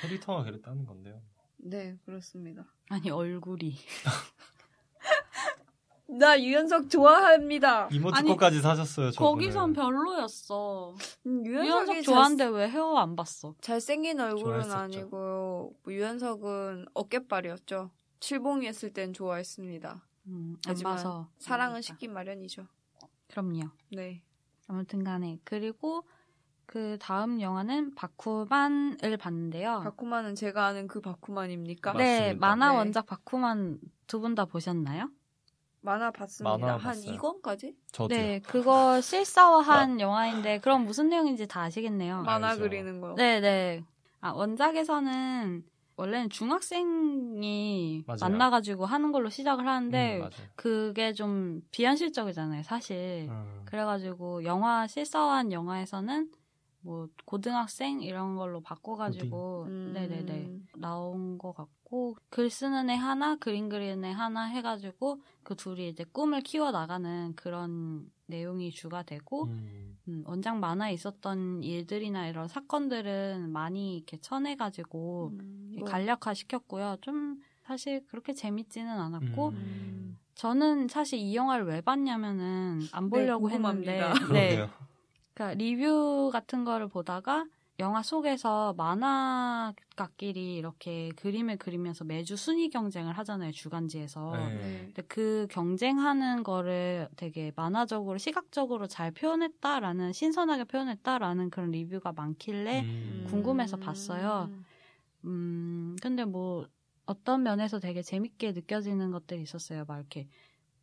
Speaker 2: 캐릭터가 그랬다는 건데요.
Speaker 1: 네 그렇습니다.
Speaker 3: 아니, 얼굴이.
Speaker 1: 나 유연석 좋아합니다.
Speaker 2: 이모티콘까지 사셨어요. 저분을.
Speaker 3: 거기선 별로였어.
Speaker 1: 음, 유연석이
Speaker 3: 유연석
Speaker 1: 좋아한데
Speaker 3: 좋아하는데 왜 헤어 안 봤어?
Speaker 1: 잘생긴 얼굴은
Speaker 2: 좋아했었죠.
Speaker 1: 아니고요. 뭐 유연석은 어깨빨이었죠. 칠봉이 했을 땐 좋아했습니다.
Speaker 3: 음, 안
Speaker 1: 하지만
Speaker 3: 봐서.
Speaker 1: 사랑은
Speaker 3: 모르겠다.
Speaker 1: 식기 마련이죠.
Speaker 3: 그럼요.
Speaker 1: 네.
Speaker 3: 아무튼 간에. 그리고 그 다음 영화는 바쿠만을 봤는데요.
Speaker 1: 바쿠만은 제가 아는 그 바쿠만입니까?
Speaker 2: 맞-
Speaker 3: 네,
Speaker 2: 맞습니다.
Speaker 3: 만화
Speaker 1: 네.
Speaker 3: 원작 바쿠만 두 분 다 보셨나요?
Speaker 1: 만화 봤습니다.
Speaker 2: 만화
Speaker 1: 한
Speaker 2: 봤어요.
Speaker 1: 2권까지?
Speaker 2: 저도요. 음,
Speaker 3: 네, 그거 실사화한 영화인데 그럼 무슨 내용인지 다 아시겠네요.
Speaker 1: 만화
Speaker 2: 알죠.
Speaker 1: 그리는 거.
Speaker 3: 네, 네. 아, 원작에서는 원래는 중학생이
Speaker 2: 맞아요.
Speaker 3: 만나가지고 하는 걸로 시작을 하는데
Speaker 2: 음, 맞아요.
Speaker 3: 그게 좀 비현실적이잖아요, 사실.
Speaker 2: 음.
Speaker 3: 그래가지고 영화 실사화한 영화에서는 뭐 고등학생 이런 걸로 바꿔가지고
Speaker 1: 음.
Speaker 3: 네네네 나온 것 같고 글 쓰는 애 하나 그림 그리는 애 하나 해가지고 그 둘이 이제 꿈을 키워 나가는 그런 내용이 주가 되고
Speaker 2: 음.
Speaker 3: 음, 원작 만화에 있었던 일들이나 이런 사건들은 많이 이렇게 쳐내가지고
Speaker 1: 음,
Speaker 3: 이렇게
Speaker 1: 뭐,
Speaker 3: 간략화 시켰고요 좀 사실 그렇게 재밌지는 않았고
Speaker 1: 음.
Speaker 3: 저는 사실 이 영화를 왜 봤냐면은 안 보려고 했는데
Speaker 1: 네, 궁금합니다.
Speaker 2: 그러네요.
Speaker 3: 그러니까 리뷰 같은 거를 보다가 영화 속에서 만화가끼리 이렇게 그림을 그리면서 매주 순위 경쟁을 하잖아요 주간지에서.
Speaker 2: 네.
Speaker 1: 네.
Speaker 3: 근데 그 경쟁하는 거를 되게 만화적으로 시각적으로 잘 표현했다라는 신선하게 표현했다라는 그런 리뷰가 많길래
Speaker 2: 음.
Speaker 3: 네, 궁금해서 봤어요. 음 근데 뭐 어떤 면에서 되게 재밌게 느껴지는 것들이 있었어요. 막 이렇게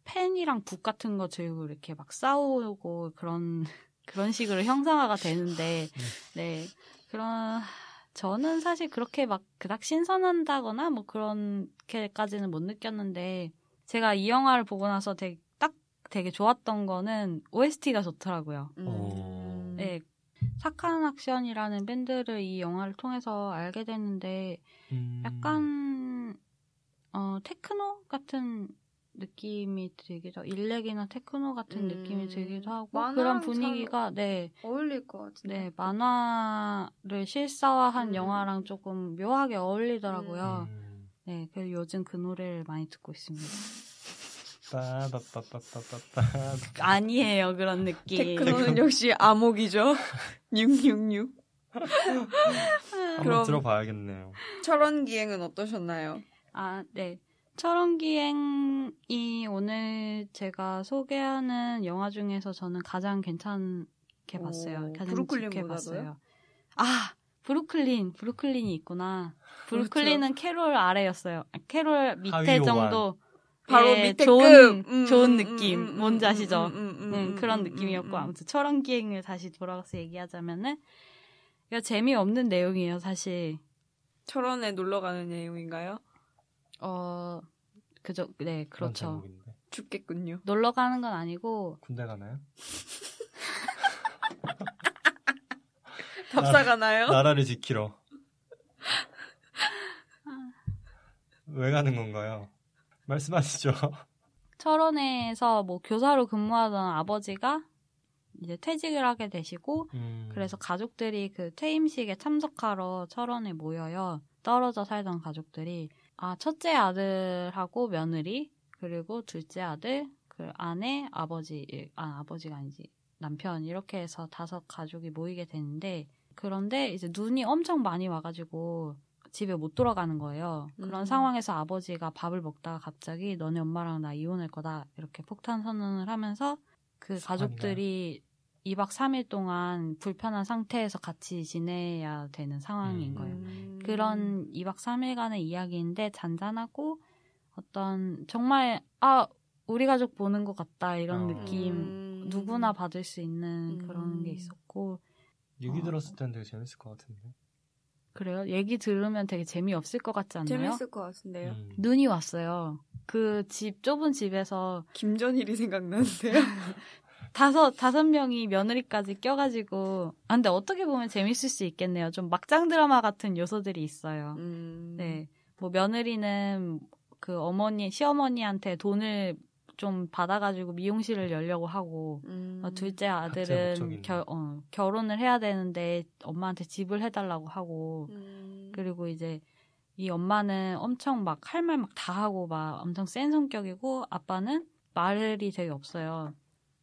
Speaker 3: 펜이랑 북 같은 거 들고 이렇게 막 싸우고 그런 <laughs> 그런 식으로 형상화가 되는데 네 그런 저는 사실 그렇게 막 그닥 신선한다거나 뭐 그런게까지는 못 느꼈는데 제가 이 영화를 보고 나서 되게 딱 되게 좋았던 거는 OST가 좋더라고요.
Speaker 1: 음.
Speaker 2: 어.
Speaker 3: 네, 사칸 악션이라는 밴드를 이 영화를 통해서 알게 됐는데
Speaker 2: 음.
Speaker 3: 약간 어 테크노 같은 느낌이 들기도 하고 일렉이나 테크노 같은
Speaker 1: 음.
Speaker 3: 느낌이 들기도 하고
Speaker 1: 만화랑
Speaker 3: 그런 분위기가 네.
Speaker 1: 어울릴 것 같은데.
Speaker 3: 네, 만화를 실사화한
Speaker 1: 음.
Speaker 3: 영화랑 조금 묘하게 어울리더라고요.
Speaker 2: 음.
Speaker 3: 네, 그래서 요즘 그 노래를 많이 듣고 있습니다.
Speaker 2: 빠바바바바바바.
Speaker 3: 아니에요, 그런 느낌.
Speaker 1: 예. <laughs>
Speaker 3: <laughs>
Speaker 1: 테크노는 역시 암흑이죠. 666.
Speaker 2: 한번
Speaker 1: 그럼-
Speaker 2: 들어봐야겠네요.
Speaker 1: 철원 기행은 어떠셨나요?
Speaker 3: 아, 네. 철원기행이 오늘 제가 소개하는 영화 중에서 저는 가장 괜찮게
Speaker 1: 오,
Speaker 3: 봤어요. 가장
Speaker 1: 브루클린보다도요?
Speaker 3: 좋게 봤어요. 아, 브루클린,
Speaker 1: <laughs>
Speaker 3: 브루클린이 있구나. 브루클린은
Speaker 1: 그렇죠.
Speaker 3: 캐롤 아래였어요. 아, 캐롤 밑에
Speaker 2: 하위
Speaker 3: 정도.
Speaker 1: 바로
Speaker 3: 예,
Speaker 1: 밑에
Speaker 3: 좋은,
Speaker 1: 급. 음,
Speaker 3: 좋은
Speaker 1: 음,
Speaker 3: 느낌.
Speaker 1: 음, 음,
Speaker 3: 뭔지
Speaker 1: 음,
Speaker 3: 아시죠?
Speaker 1: 음, 음, 음,
Speaker 3: 음,
Speaker 1: 음,
Speaker 3: 그런
Speaker 1: 음,
Speaker 3: 느낌이었고
Speaker 1: 음, 음.
Speaker 3: 아무튼 철원 기행을 다시 돌아가서 얘기하자면은 이거 재미없는 내용이에요 사실
Speaker 1: 철원에 놀러 가는 내용인가요?
Speaker 3: 어 그저 네
Speaker 2: 그런
Speaker 3: 그렇죠
Speaker 2: 제목인데.
Speaker 1: 죽겠군요.
Speaker 3: 놀러 가는 건 아니고
Speaker 2: 군대 가나요?
Speaker 1: 답사가
Speaker 3: 어?
Speaker 1: 나요?
Speaker 2: 나라를 지키러.
Speaker 3: 아.
Speaker 2: 왜 가는 건가요? 말씀하시죠. <laughs>
Speaker 3: 철원에서 뭐 교사로 근무하던 아버지가 이제 퇴직을 하게 되시고
Speaker 2: 음.
Speaker 3: 그래서 가족들이 그 퇴임식에 참석하러 철원에 모여요. 떨어져 살던 가족들이 아 첫째 아들하고 며느리 그리고 둘째 아들 그 아내 아버지 아 아버지가 아니지 남편 이렇게 해서 다섯 가족이 모이게 되는데 그런데 이제 눈이 엄청 많이 와가지고 집에 못 돌아가는 거예요. 그런
Speaker 1: 음.
Speaker 3: 상황에서 아버지가 밥을 먹다가 갑자기 너네 엄마랑 나 이혼할 거다 이렇게 폭탄 선언을 하면서 그 가족들이 2박 3일 동안 불편한 상태에서 같이 지내야 되는 상황인
Speaker 2: 음.
Speaker 3: 거예요.
Speaker 1: 음.
Speaker 3: 그런 2박 3일간의 이야기인데 잔잔하고 어떤 정말 아 우리 가족 보는 것 같다 이런
Speaker 2: 어.
Speaker 3: 느낌
Speaker 1: 음.
Speaker 3: 누구나 받을 수 있는
Speaker 1: 음.
Speaker 3: 그런 게 있었고
Speaker 2: 얘기
Speaker 3: 어.
Speaker 2: 들었을 땐 되게 재밌을 것 같은데.
Speaker 3: 그래요 얘기 들으면 되게 재미없을 것 같지 않나요?
Speaker 1: 재밌을 것 같은데요.
Speaker 2: 음.
Speaker 3: 눈이 왔어요. 그 집 좁은 집에서
Speaker 1: 김전일이 생각나는데요.
Speaker 3: 다섯 다섯 명이 며느리까지 껴가지고 아 근데 어떻게 보면 재밌을 수 있겠네요. 좀 막장 드라마 같은 요소들이 있어요.
Speaker 1: <laughs> 음.
Speaker 3: 네. 뭐 며느리는 그 어머니, 시어머니한테 돈을 좀 받아가지고 미용실을 열려고 하고,
Speaker 1: 음.
Speaker 3: 어, 둘째
Speaker 2: 각자의 목적이
Speaker 3: 아들은
Speaker 2: 있는.
Speaker 3: 결, 어, 결혼을 해야 되는데 엄마한테 집을 해달라고 하고,
Speaker 1: 음.
Speaker 3: 그리고 이제 이 엄마는 엄청 막 할 말 막 다 하고 막 엄청 센 성격이고 아빠는 말이 되게 없어요.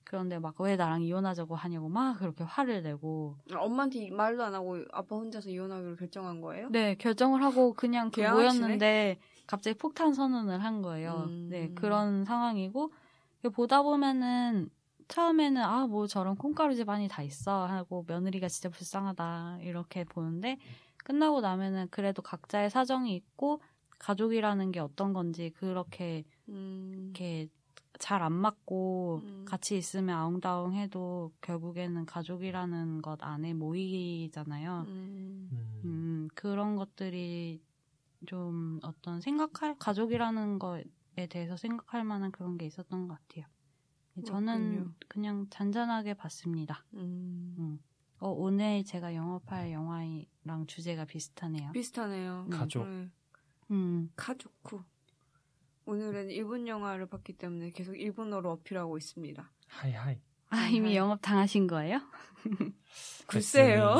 Speaker 3: 그런데 막 왜 나랑 이혼하자고 하냐고 막 그렇게 화를 내고
Speaker 1: 엄마한테 이- 말도 안 하고 아빠 혼자서 이혼하기로 결정한 거예요?
Speaker 3: 네, 결정을 하고 그냥 그
Speaker 1: 개항하시네?
Speaker 3: 모였는데 갑자기 폭탄 선언을 한 거예요.
Speaker 1: 음.
Speaker 3: 네, 그런 상황이고 이거 보다 보면은 처음에는 아, 뭐 저런 콩가루 집안이 다 있어 하고 며느리가 진짜 불쌍하다 이렇게 보는데 끝나고 나면은 그래도 각자의 사정이 있고 가족이라는 게 어떤 건지 그렇게
Speaker 1: 음.
Speaker 3: 이렇게 잘 안 맞고
Speaker 1: 음.
Speaker 3: 같이 있으면 아웅다웅해도 결국에는 가족이라는 것 안에 모이잖아요.
Speaker 1: 음.
Speaker 2: 음.
Speaker 3: 음, 그런 것들이 좀 어떤 생각할 가족이라는 거에 대해서 생각할 만한 그런 게 있었던 것 같아요. 네, 저는
Speaker 1: 그렇군요.
Speaker 3: 그냥 잔잔하게 봤습니다.
Speaker 1: 음.
Speaker 3: 음. 어, 오늘 제가 영업할 영화랑 주제가 비슷하네요.
Speaker 1: 비슷하네요.
Speaker 3: 네.
Speaker 2: 가족.
Speaker 1: 네.
Speaker 3: 음,
Speaker 1: 가족쿠. 오늘은 일본 영화를 봤기 때문에 계속 일본어로 어필하고 있습니다.
Speaker 2: 하이 하이.
Speaker 3: 아, 이미
Speaker 1: 하이.
Speaker 3: 영업 당하신 거예요?
Speaker 1: 글쎄요.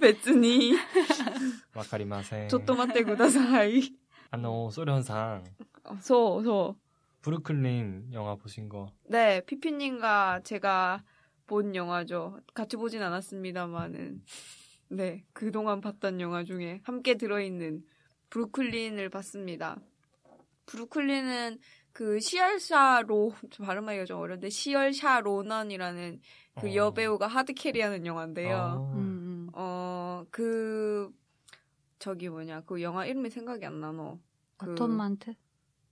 Speaker 2: 됐으니.
Speaker 1: 네. <laughs> 베츠니
Speaker 2: 와카리마세.
Speaker 1: 조또마테 구다사이.
Speaker 2: 아노 소련상
Speaker 1: 어, 소 소.
Speaker 2: 브루클린 영화 보신 거
Speaker 1: 네, 피피님과 제가 본 영화죠. 같이 보진 않았습니다만은 네 그동안 봤던 영화 중에 함께 들어있는 브루클린을 봤습니다. 브루클린은 그 시얼샤로 발음하기가 좀 어려운데 시얼샤 로넌이라는 그
Speaker 2: 어.
Speaker 1: 여배우가 하드캐리하는 영화인데요.
Speaker 2: 아.
Speaker 3: 음, 음.
Speaker 1: 어 그 저기 뭐냐 그 영화 이름이 생각이 안 나노. 그-
Speaker 3: 어톤만트?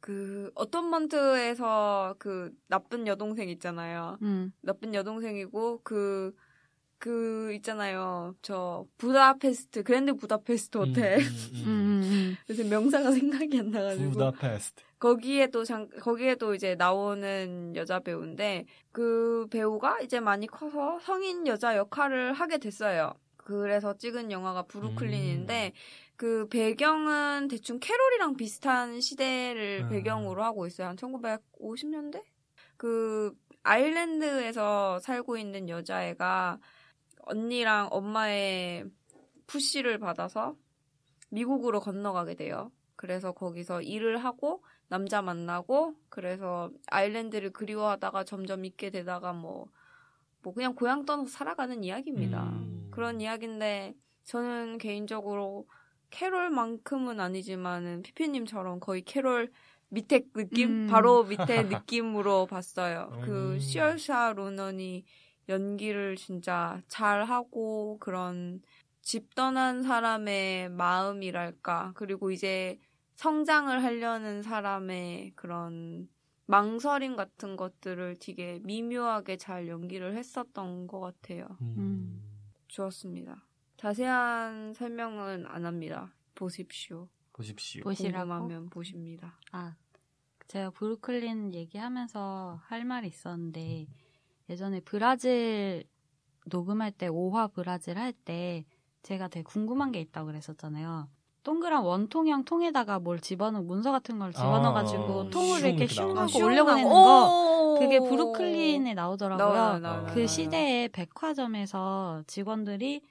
Speaker 1: 그 어떤 먼트에서 그 나쁜 여동생 있잖아요.
Speaker 3: 음.
Speaker 1: 나쁜 여동생이고 그, 그 있잖아요. 저 부다페스트 그랜드 부다페스트 호텔.
Speaker 3: 음, <laughs> 음,
Speaker 1: 요새 명사가 <laughs> 생각이 안 나가지고
Speaker 2: 부다페스트.
Speaker 1: 거기에 또장 거기에 또 이제 나오는 여자 배우인데 그 배우가 이제 많이 커서 성인 여자 역할을 하게 됐어요. 그래서 찍은 영화가 브루클린인데 그 배경은 대충 캐롤이랑 비슷한 시대를
Speaker 2: 음.
Speaker 1: 배경으로 하고 있어요. 한 1950년대? 그 아일랜드에서 살고 있는 여자애가 언니랑 엄마의 푸시를 받아서 미국으로 건너가게 돼요. 그래서 거기서 일을 하고 남자 만나고 그래서 아일랜드를 그리워하다가 점점 잊게 되다가 뭐, 뭐 그냥 고향 떠나서 살아가는 이야기입니다.
Speaker 2: 음.
Speaker 1: 그런 이야기인데 저는 개인적으로 캐롤만큼은 아니지만은 피피님처럼 거의 캐롤 밑에 느낌
Speaker 3: 음.
Speaker 1: 바로 밑에 느낌으로 봤어요.
Speaker 2: 음.
Speaker 1: 그 시얼샤 로넌이 연기를 진짜 잘 하고 그런 집 떠난 사람의 마음이랄까 그리고 이제 성장을 하려는 사람의 그런 망설임 같은 것들을 되게 미묘하게 잘 연기를 했었던 것 같아요.
Speaker 2: 음.
Speaker 1: 좋았습니다. 자세한 설명은 안 합니다. 보십시오.
Speaker 2: 보십시오.
Speaker 3: 보시라고.
Speaker 1: 궁금하면 보십니다.
Speaker 3: 아, 제가 브루클린 얘기하면서 할 말이 있었는데, 예전에 브라질 녹음할 때, 5화 브라질 할 때 제가 되게 궁금한 게 있다고 그랬었잖아요. 동그란 원통형 통에다가 뭘 집어넣, 문서 같은 걸 집어넣어가지고
Speaker 1: 아,
Speaker 3: 통을
Speaker 2: 슝
Speaker 3: 이렇게
Speaker 2: 이렇게
Speaker 3: 슝
Speaker 2: 나오는
Speaker 3: 하고
Speaker 2: 거.
Speaker 3: 올려보내는 거.
Speaker 1: 오!
Speaker 3: 그게 브루클린에 아, 나오더라고요.
Speaker 1: 나와요, 나와요,
Speaker 3: 그
Speaker 1: 나와요.
Speaker 3: 시대에 백화점에서 직원들이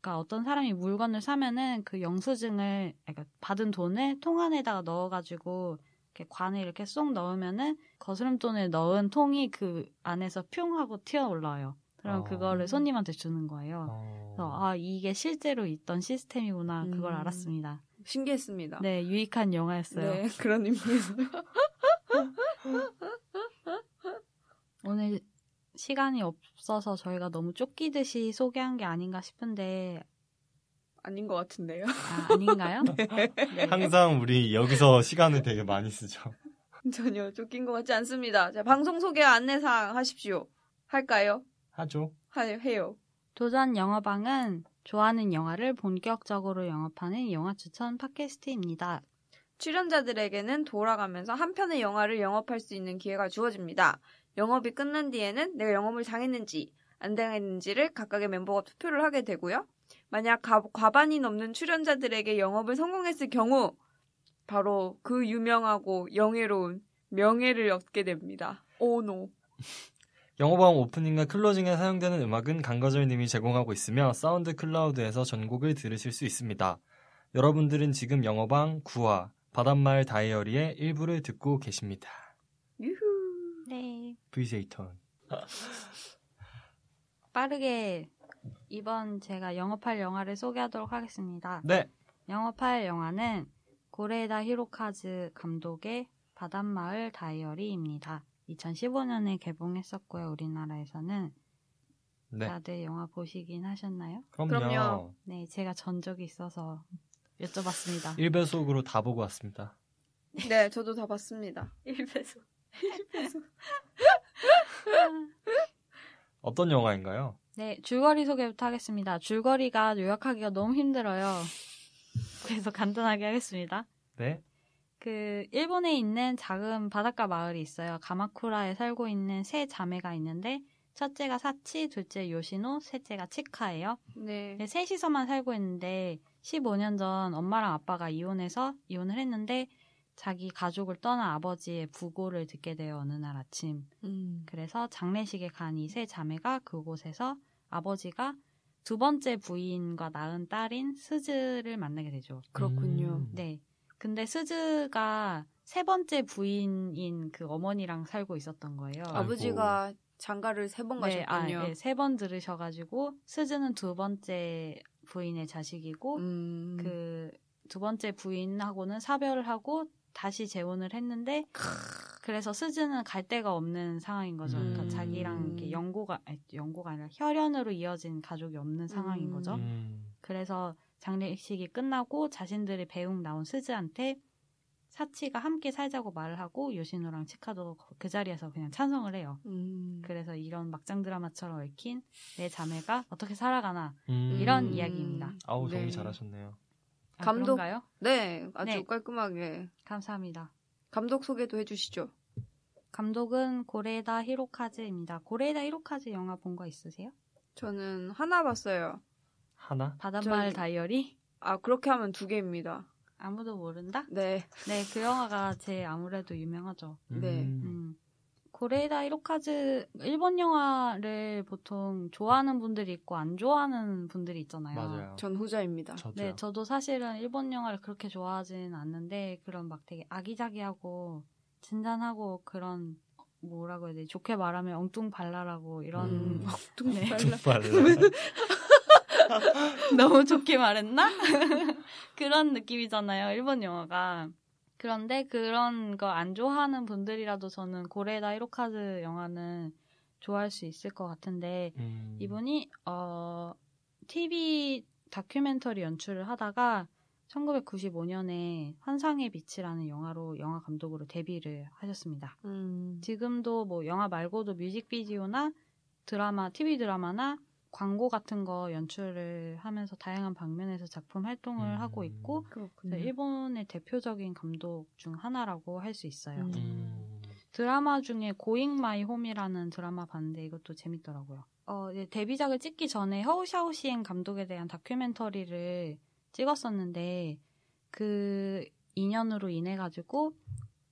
Speaker 3: 그러니까 어떤 사람이 물건을 사면은 그 영수증을 그러니까 받은 돈을 통 안에다가 넣어가지고 이렇게 관에 이렇게 쏙 넣으면은 거스름돈을 넣은 통이 그 안에서 뿅 하고 튀어 올라와요. 그럼
Speaker 1: 아.
Speaker 2: 어.
Speaker 3: 그거를 손님한테 주는 거예요.
Speaker 2: 어.
Speaker 3: 그래서 아 이게 실제로 있던 시스템이구나 그걸
Speaker 1: 음.
Speaker 3: 알았습니다.
Speaker 1: 신기했습니다.
Speaker 3: 네 유익한 영화였어요.
Speaker 1: 네, <laughs> 그런 의미에서
Speaker 3: 오늘 시간이 없어서 저희가 너무 쫓기듯이 소개한 게 아닌가 싶은데
Speaker 1: 아닌 것 같은데요. <laughs>
Speaker 3: 아, 아닌가요? 네.
Speaker 2: 항상 우리 여기서 시간을 되게 많이 쓰죠.
Speaker 1: 전혀 쫓긴 것 같지 않습니다. 자, 방송 소개 안내사항 하십시오. 할까요?
Speaker 2: 하죠.
Speaker 1: 하, 해요.
Speaker 3: 도전 영화방은 좋아하는 영화를 본격적으로 영업하는 영화 추천 팟캐스트입니다.
Speaker 1: 출연자들에게는 돌아가면서 한 편의 영화를 영업할 수 있는 기회가 주어집니다. 영업이 끝난 뒤에는 내가 영업을 당했는지 안 당했는지를 각각의 멤버가 투표를 하게 되고요. 만약 가- 과반이 넘는 출연자들에게 영업을 성공했을 경우 바로 그 유명하고 영예로운 명예를 얻게 됩니다. 오노.
Speaker 2: 영어방 오프닝과 클로징에 사용되는 음악은 강거절님이 제공하고 있으며 사운드 클라우드에서 전곡을 들으실 수 있습니다. 여러분들은 지금 영어방 9화 바닷말 다이어리의 일부를 듣고 계십니다.
Speaker 1: 유후.
Speaker 3: 네.
Speaker 2: VJ 턴.
Speaker 3: 빠르게 이번 제가 영업할 영화를 소개하도록 하겠습니다.
Speaker 2: 네.
Speaker 3: 영업할 영화는 고레다 히로카즈 감독의 바닷마을 다이어리입니다. 2015년에 개봉했었고요. 우리나라에서는
Speaker 2: 네.
Speaker 3: 다들 영화 보시긴 하셨나요?
Speaker 2: 그럼요.
Speaker 1: 그럼요.
Speaker 3: 네, 제가 전적이 있어서 여쭤봤습니다.
Speaker 2: 1배속으로 다 보고 왔습니다.
Speaker 1: 네, 저도 다 봤습니다.
Speaker 3: 1배속.
Speaker 2: 어떤 영화인가요?
Speaker 3: 네, 줄거리 소개부터 하겠습니다. 줄거리가 요약하기가 너무 힘들어요. 그래서 간단하게 하겠습니다.
Speaker 2: 네.
Speaker 3: 그 일본에 있는 작은 바닷가 마을이 있어요. 가마쿠라에 살고 있는 세 자매가 있는데 첫째가 사치, 둘째 요시노, 셋째가 치카예요.
Speaker 1: 네.
Speaker 3: 근데 셋이서만 살고 있는데 15년 전 엄마랑 아빠가 이혼해서 이혼을 했는데 자기 가족을 떠난 아버지의 부고를 듣게 돼요. 어느 날 아침. 그래서 장례식에 간 이 세 자매가 그곳에서 아버지가 두 번째 부인과 낳은 딸인 스즈를 만나게 되죠.
Speaker 1: 그렇군요.
Speaker 2: 음.
Speaker 3: 네. 근데 스즈가 세 번째 부인인 그 어머니랑 살고 있었던 거예요.
Speaker 2: 아이고.
Speaker 1: 아버지가 장가를 세 번
Speaker 3: 네, 아,
Speaker 1: 가셨군요.
Speaker 3: 세 번 들으셔가지고 스즈는 두 번째 부인의 자식이고
Speaker 1: 음.
Speaker 3: 그 두 번째 부인하고는 사별을 하고 다시 재혼을 했는데 그래서 스즈는 갈 데가 없는 상황인 거죠.
Speaker 2: 음.
Speaker 3: 그러니까 자기랑 이렇게 연고가 아니, 연고가 아니라 혈연으로 이어진 가족이 없는 상황인 거죠.
Speaker 2: 음.
Speaker 3: 그래서 장례식이 끝나고 자신들이 배웅 나온 스즈한테 사치가 함께 살자고 말을 하고 요시노랑 치카도 그 자리에서 그냥 찬성을 해요.
Speaker 1: 음.
Speaker 3: 그래서 이런 막장 드라마처럼 얽힌 내 자매가 어떻게 살아가나
Speaker 2: 음.
Speaker 3: 이런 이야기입니다.
Speaker 2: 아우 정리
Speaker 1: 네.
Speaker 2: 잘하셨네요.
Speaker 3: 아,
Speaker 1: 감독.
Speaker 3: 그런가요?
Speaker 1: 네, 아주
Speaker 3: 네.
Speaker 1: 깔끔하게
Speaker 3: 감사합니다.
Speaker 1: 감독 소개도 해주시죠.
Speaker 3: 감독은 고레다 히로카즈입니다. 고레다 히로카즈 영화 본 거 있으세요?
Speaker 1: 저는 하나 봤어요.
Speaker 2: 하나?
Speaker 3: 바닷마을
Speaker 1: 저는-
Speaker 3: 다이어리?
Speaker 1: 아, 그렇게 하면 두 개입니다.
Speaker 3: 아무도 모른다?
Speaker 1: 네.
Speaker 3: 네, 그 영화가 제일 아무래도 유명하죠.
Speaker 1: 네.
Speaker 3: 음. 고레이다 히로카즈 일본 영화를 보통 좋아하는 분들이 있고 안 좋아하는 분들이 있잖아요.
Speaker 2: 맞아요. 그렇죠.
Speaker 1: 전 후자입니다.
Speaker 2: 저도요.
Speaker 3: 음. 네, 저도 사실은 일본 영화를 그렇게 좋아하진 않는데 그런 막 되게 아기자기하고 진단하고 그런 뭐라고 해야 되지? 좋게 말하면 <laughs> 엉뚱발랄하고 이런
Speaker 2: 음.
Speaker 1: 뚱
Speaker 3: 네.
Speaker 1: 빨라.
Speaker 2: <laughs> 발랄.
Speaker 3: <laughs> 너무 좋게 말했나? <laughs> 그런 느낌이잖아요, 일본 영화가. 그런데 그런 거 안 좋아하는 분들이라도 저는 고레다 히로카즈 영화는 좋아할 수 있을 것 같은데,
Speaker 2: 음.
Speaker 3: 이분이, 어, TV 다큐멘터리 연출을 하다가 1995년에 환상의 빛이라는 영화로 영화 감독으로 데뷔를 하셨습니다.
Speaker 1: 음.
Speaker 3: 지금도 뭐 영화 말고도 뮤직비디오나 드라마, TV 드라마나 광고 같은 거 연출을 하면서 다양한 방면에서 작품 활동을
Speaker 2: 음.
Speaker 3: 하고 있고
Speaker 1: 그렇군요.
Speaker 3: 일본의 대표적인 감독 중 하나라고 할 수 있어요.
Speaker 1: 음.
Speaker 2: 음.
Speaker 3: 드라마 중에 고잉 마이 홈이라는 드라마 봤는데 이것도 재밌더라고요. 어, 이제 데뷔작을 찍기 전에 허우샤오시엔 감독에 대한 다큐멘터리를 찍었었는데 그 인연으로 인해 가지고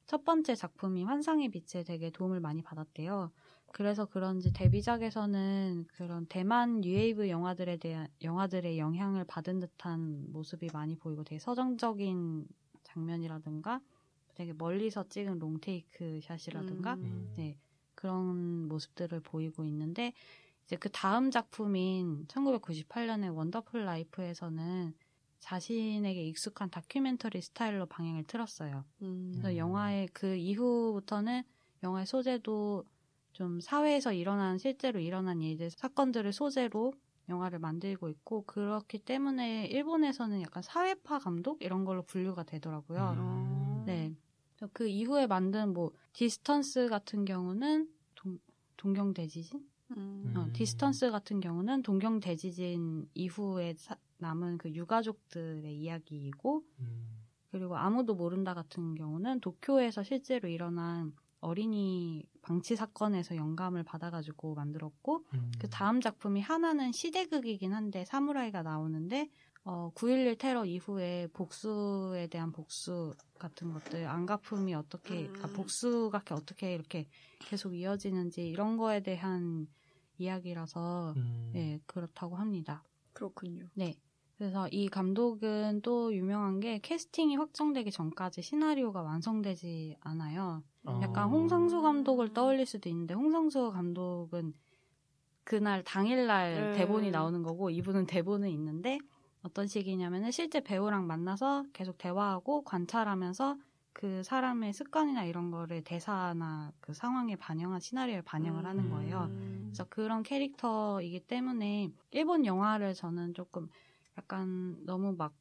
Speaker 3: 첫 번째 작품인 환상의 빛에 되게 도움을 많이 받았대요. 그래서 그런지 데뷔작에서는 그런 대만 뉴웨이브 영화들에 대한 영화들의 영향을 받은 듯한 모습이 많이 보이고 되게 서정적인 장면이라든가 되게 멀리서 찍은 롱테이크 샷이라든가
Speaker 1: 음.
Speaker 3: 네, 그런 모습들을 보이고 있는데 이제 그 다음 작품인 1998년의 원더풀 라이프에서는 자신에게 익숙한 다큐멘터리 스타일로 방향을 틀었어요.
Speaker 1: 음.
Speaker 3: 그래서 영화의 그 이후부터는 영화의 소재도 좀 사회에서 일어난 실제로 일어난 일들 사건들을 소재로 영화를 만들고 있고 그렇기 때문에 일본에서는 약간 사회파 감독 이런 걸로 분류가 되더라고요.
Speaker 2: 음.
Speaker 3: 네. 그래서 그 이후에 만든 뭐 디스턴스 같은 경우는 동, 동경 대지진?
Speaker 1: 음.
Speaker 3: 어,
Speaker 2: 음.
Speaker 3: 디스턴스 같은 경우는 동경 대지진 이후에 사- 남은 그 유가족들의 이야기이고
Speaker 2: 음.
Speaker 3: 그리고 아무도 모른다 같은 경우는 도쿄에서 실제로 일어난 어린이 방치 사건에서 영감을 받아가지고 만들었고
Speaker 2: 음.
Speaker 3: 그 다음 작품이 하나는 시대극이긴 한데 사무라이가 나오는데 어, 9.11 테러 이후에 복수에 대한 복수 같은 것들 안갚음이 어떻게
Speaker 1: 음.
Speaker 3: 아, 복수가 어떻게 이렇게 계속 이어지는지 이런 거에 대한 이야기라서
Speaker 2: 음.
Speaker 3: 예 그렇다고 합니다.
Speaker 1: 그렇군요.
Speaker 3: 네. 그래서 이 감독은 또 유명한 게 캐스팅이 확정되기 전까지 시나리오가 완성되지 않아요.
Speaker 2: 어.
Speaker 3: 약간 홍상수 감독을 떠올릴 수도 있는데 홍상수 감독은 그날
Speaker 1: 음.
Speaker 3: 당일날 대본이 나오는 거고 이분은 대본은 있는데 어떤 식이냐면은 실제 배우랑 만나서 계속 대화하고 관찰하면서 그 사람의 습관이나 이런 거를 대사나 그 상황에 반영한 시나리오에 반영을 하는 거예요.
Speaker 1: 음.
Speaker 3: 그래서 그런 캐릭터이기 때문에 일본 영화를 저는 조금 약간 너무 막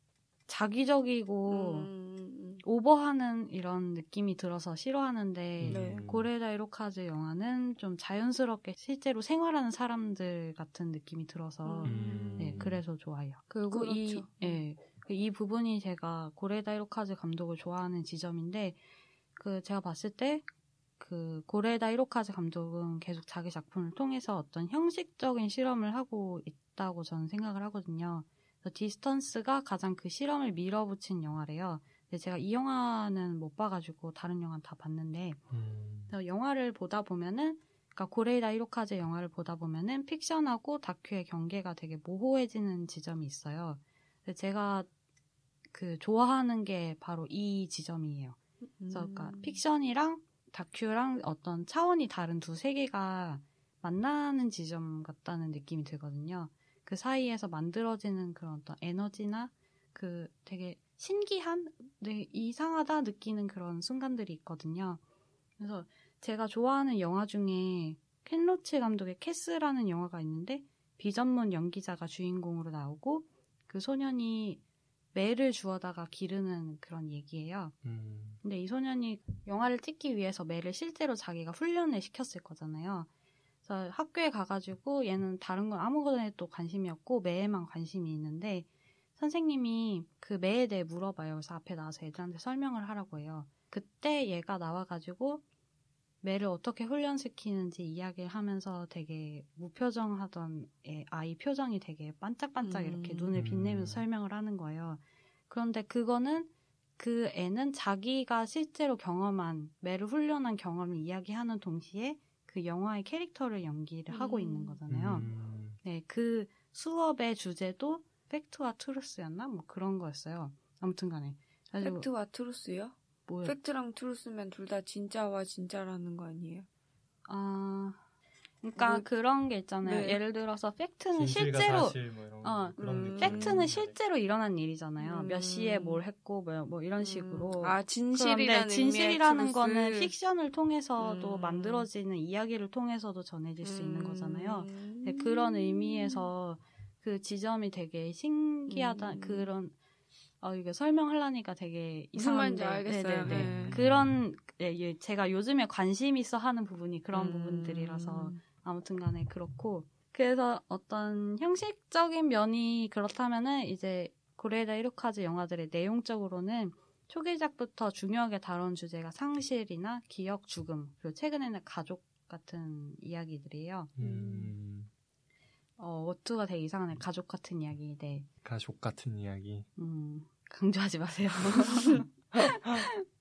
Speaker 3: 자기적이고
Speaker 1: 음.
Speaker 3: 오버하는 이런 느낌이 들어서
Speaker 2: 음.
Speaker 3: 싫어하는데
Speaker 1: 네.
Speaker 3: 고레다 이로카즈 영화는 좀 자연스럽게 실제로 생활하는 사람들 같은 느낌이 들어서
Speaker 2: 음.
Speaker 3: 네, 그래서 좋아요. 그리고 이,
Speaker 1: 그렇죠.
Speaker 3: 예, 그이 부분이 제가 고레다 히로카즈 감독을 좋아하는 지점인데 그 제가 봤을 때 그 고레다 히로카즈 감독은 계속 자기 작품을 통해서 어떤 형식적인 실험을 하고 있다고 저는 생각을 하거든요. 그래서 디스턴스가 가장 그 실험을 밀어붙인 영화래요. 근데 제가 이 영화는 못 봐가지고 다른 영화는 다 봤는데
Speaker 2: 음.
Speaker 3: 그래서 영화를 보다 보면은 그러니까 고레이다 히로카즈 영화를 보다 보면은 픽션하고 다큐의 경계가 되게 모호해지는 지점이 있어요. 근데 제가 그 좋아하는 게 바로 이 지점이에요.
Speaker 1: 음.
Speaker 3: 그래서 그러니까 픽션이랑 다큐랑 어떤 차원이 다른 두 세계가 만나는 지점 같다는 느낌이 들거든요. 그 사이에서 만들어지는 그런 어떤 에너지나 그 되게 신기한, 되게 이상하다 느끼는 그런 순간들이 있거든요. 그래서 제가 좋아하는 영화 중에 켄 로치 감독의 캐스라는 영화가 있는데 비전문 연기자가 주인공으로 나오고 그 소년이 매를 주워다가 기르는 그런 얘기예요.
Speaker 2: 음.
Speaker 3: 근데 이 소년이 영화를 찍기 위해서 매를 실제로 자기가 훈련을 시켰을 거잖아요. 그래서 학교에 가가지고 얘는 다른 건 아무거나에도 관심이 없고 매에만 관심이 있는데 선생님이 그 매에 대해 물어봐요. 그래서 앞에 나와서 애들한테 설명을 하라고 해요. 그때 얘가 나와가지고 매를 어떻게 훈련시키는지 이야기를 하면서 되게 무표정하던 애, 아이 표정이 되게 반짝반짝 이렇게
Speaker 1: 음.
Speaker 3: 눈을 빛내면서
Speaker 2: 음.
Speaker 3: 설명을 하는 거예요. 그런데 그거는 그 애는 자기가 실제로 경험한 매를 훈련한 경험을 이야기하는 동시에 그 영화의 캐릭터를 연기를 하고
Speaker 1: 음.
Speaker 3: 있는 거잖아요.
Speaker 2: 음.
Speaker 3: 네, 그 수업의 주제도 팩트와 트루스였나 뭐 그런 거였어요. 아무튼 간에. 그래가지고
Speaker 1: 팩트와 트루스요?
Speaker 3: 뭐였-
Speaker 1: 팩트랑 트루스면 둘 다 진짜와 진짜라는 거 아니에요?
Speaker 3: 아, 그러니까
Speaker 1: 뭐-
Speaker 3: 그런 게 있잖아요.
Speaker 1: 네.
Speaker 3: 예를 들어서 팩트는
Speaker 2: 진실과
Speaker 3: 실제로
Speaker 2: 사실 뭐 이런
Speaker 3: 어,
Speaker 2: 그런
Speaker 1: 음,
Speaker 2: 느낌.
Speaker 3: 팩트는 실제로 일어난 일이잖아요.
Speaker 1: 음.
Speaker 3: 몇 시에 뭘 했고 뭐, 뭐 이런
Speaker 1: 음.
Speaker 3: 식으로.
Speaker 1: 아
Speaker 3: 그런데
Speaker 1: 진실이라는
Speaker 3: 진실이라는
Speaker 1: 의미의
Speaker 3: 거는
Speaker 1: 트루스.
Speaker 3: 픽션을 통해서도
Speaker 1: 음.
Speaker 3: 만들어지는 이야기를 통해서도 전해질 수 있는
Speaker 1: 음.
Speaker 3: 거잖아요. 네, 그런 의미에서 그 지점이 되게 신기하다
Speaker 1: 음.
Speaker 3: 그런 어 이게 설명하려니까 되게
Speaker 1: 무슨 말인지
Speaker 3: 이상한데.
Speaker 1: 알겠어요.
Speaker 3: 네네네.
Speaker 1: 네.
Speaker 3: 그런 예, 예, 제가 요즘에 관심 있어 하는 부분이 그런
Speaker 1: 음.
Speaker 3: 부분들이라서 아무튼 간에 그렇고 그래서 어떤 형식적인 면이 그렇다면은 이제 고레에다 이루카즈 영화들의 내용적으로는 초기작부터 중요하게 다룬 주제가 상실이나 기억, 죽음 그리고 최근에는 가족 같은 이야기들이에요.
Speaker 2: 음,
Speaker 3: 어, 어투가 되게 이상하네. 가족 같은 이야기인데,
Speaker 2: 가족 같은 이야기.
Speaker 3: 음, 강조하지 마세요. <laughs>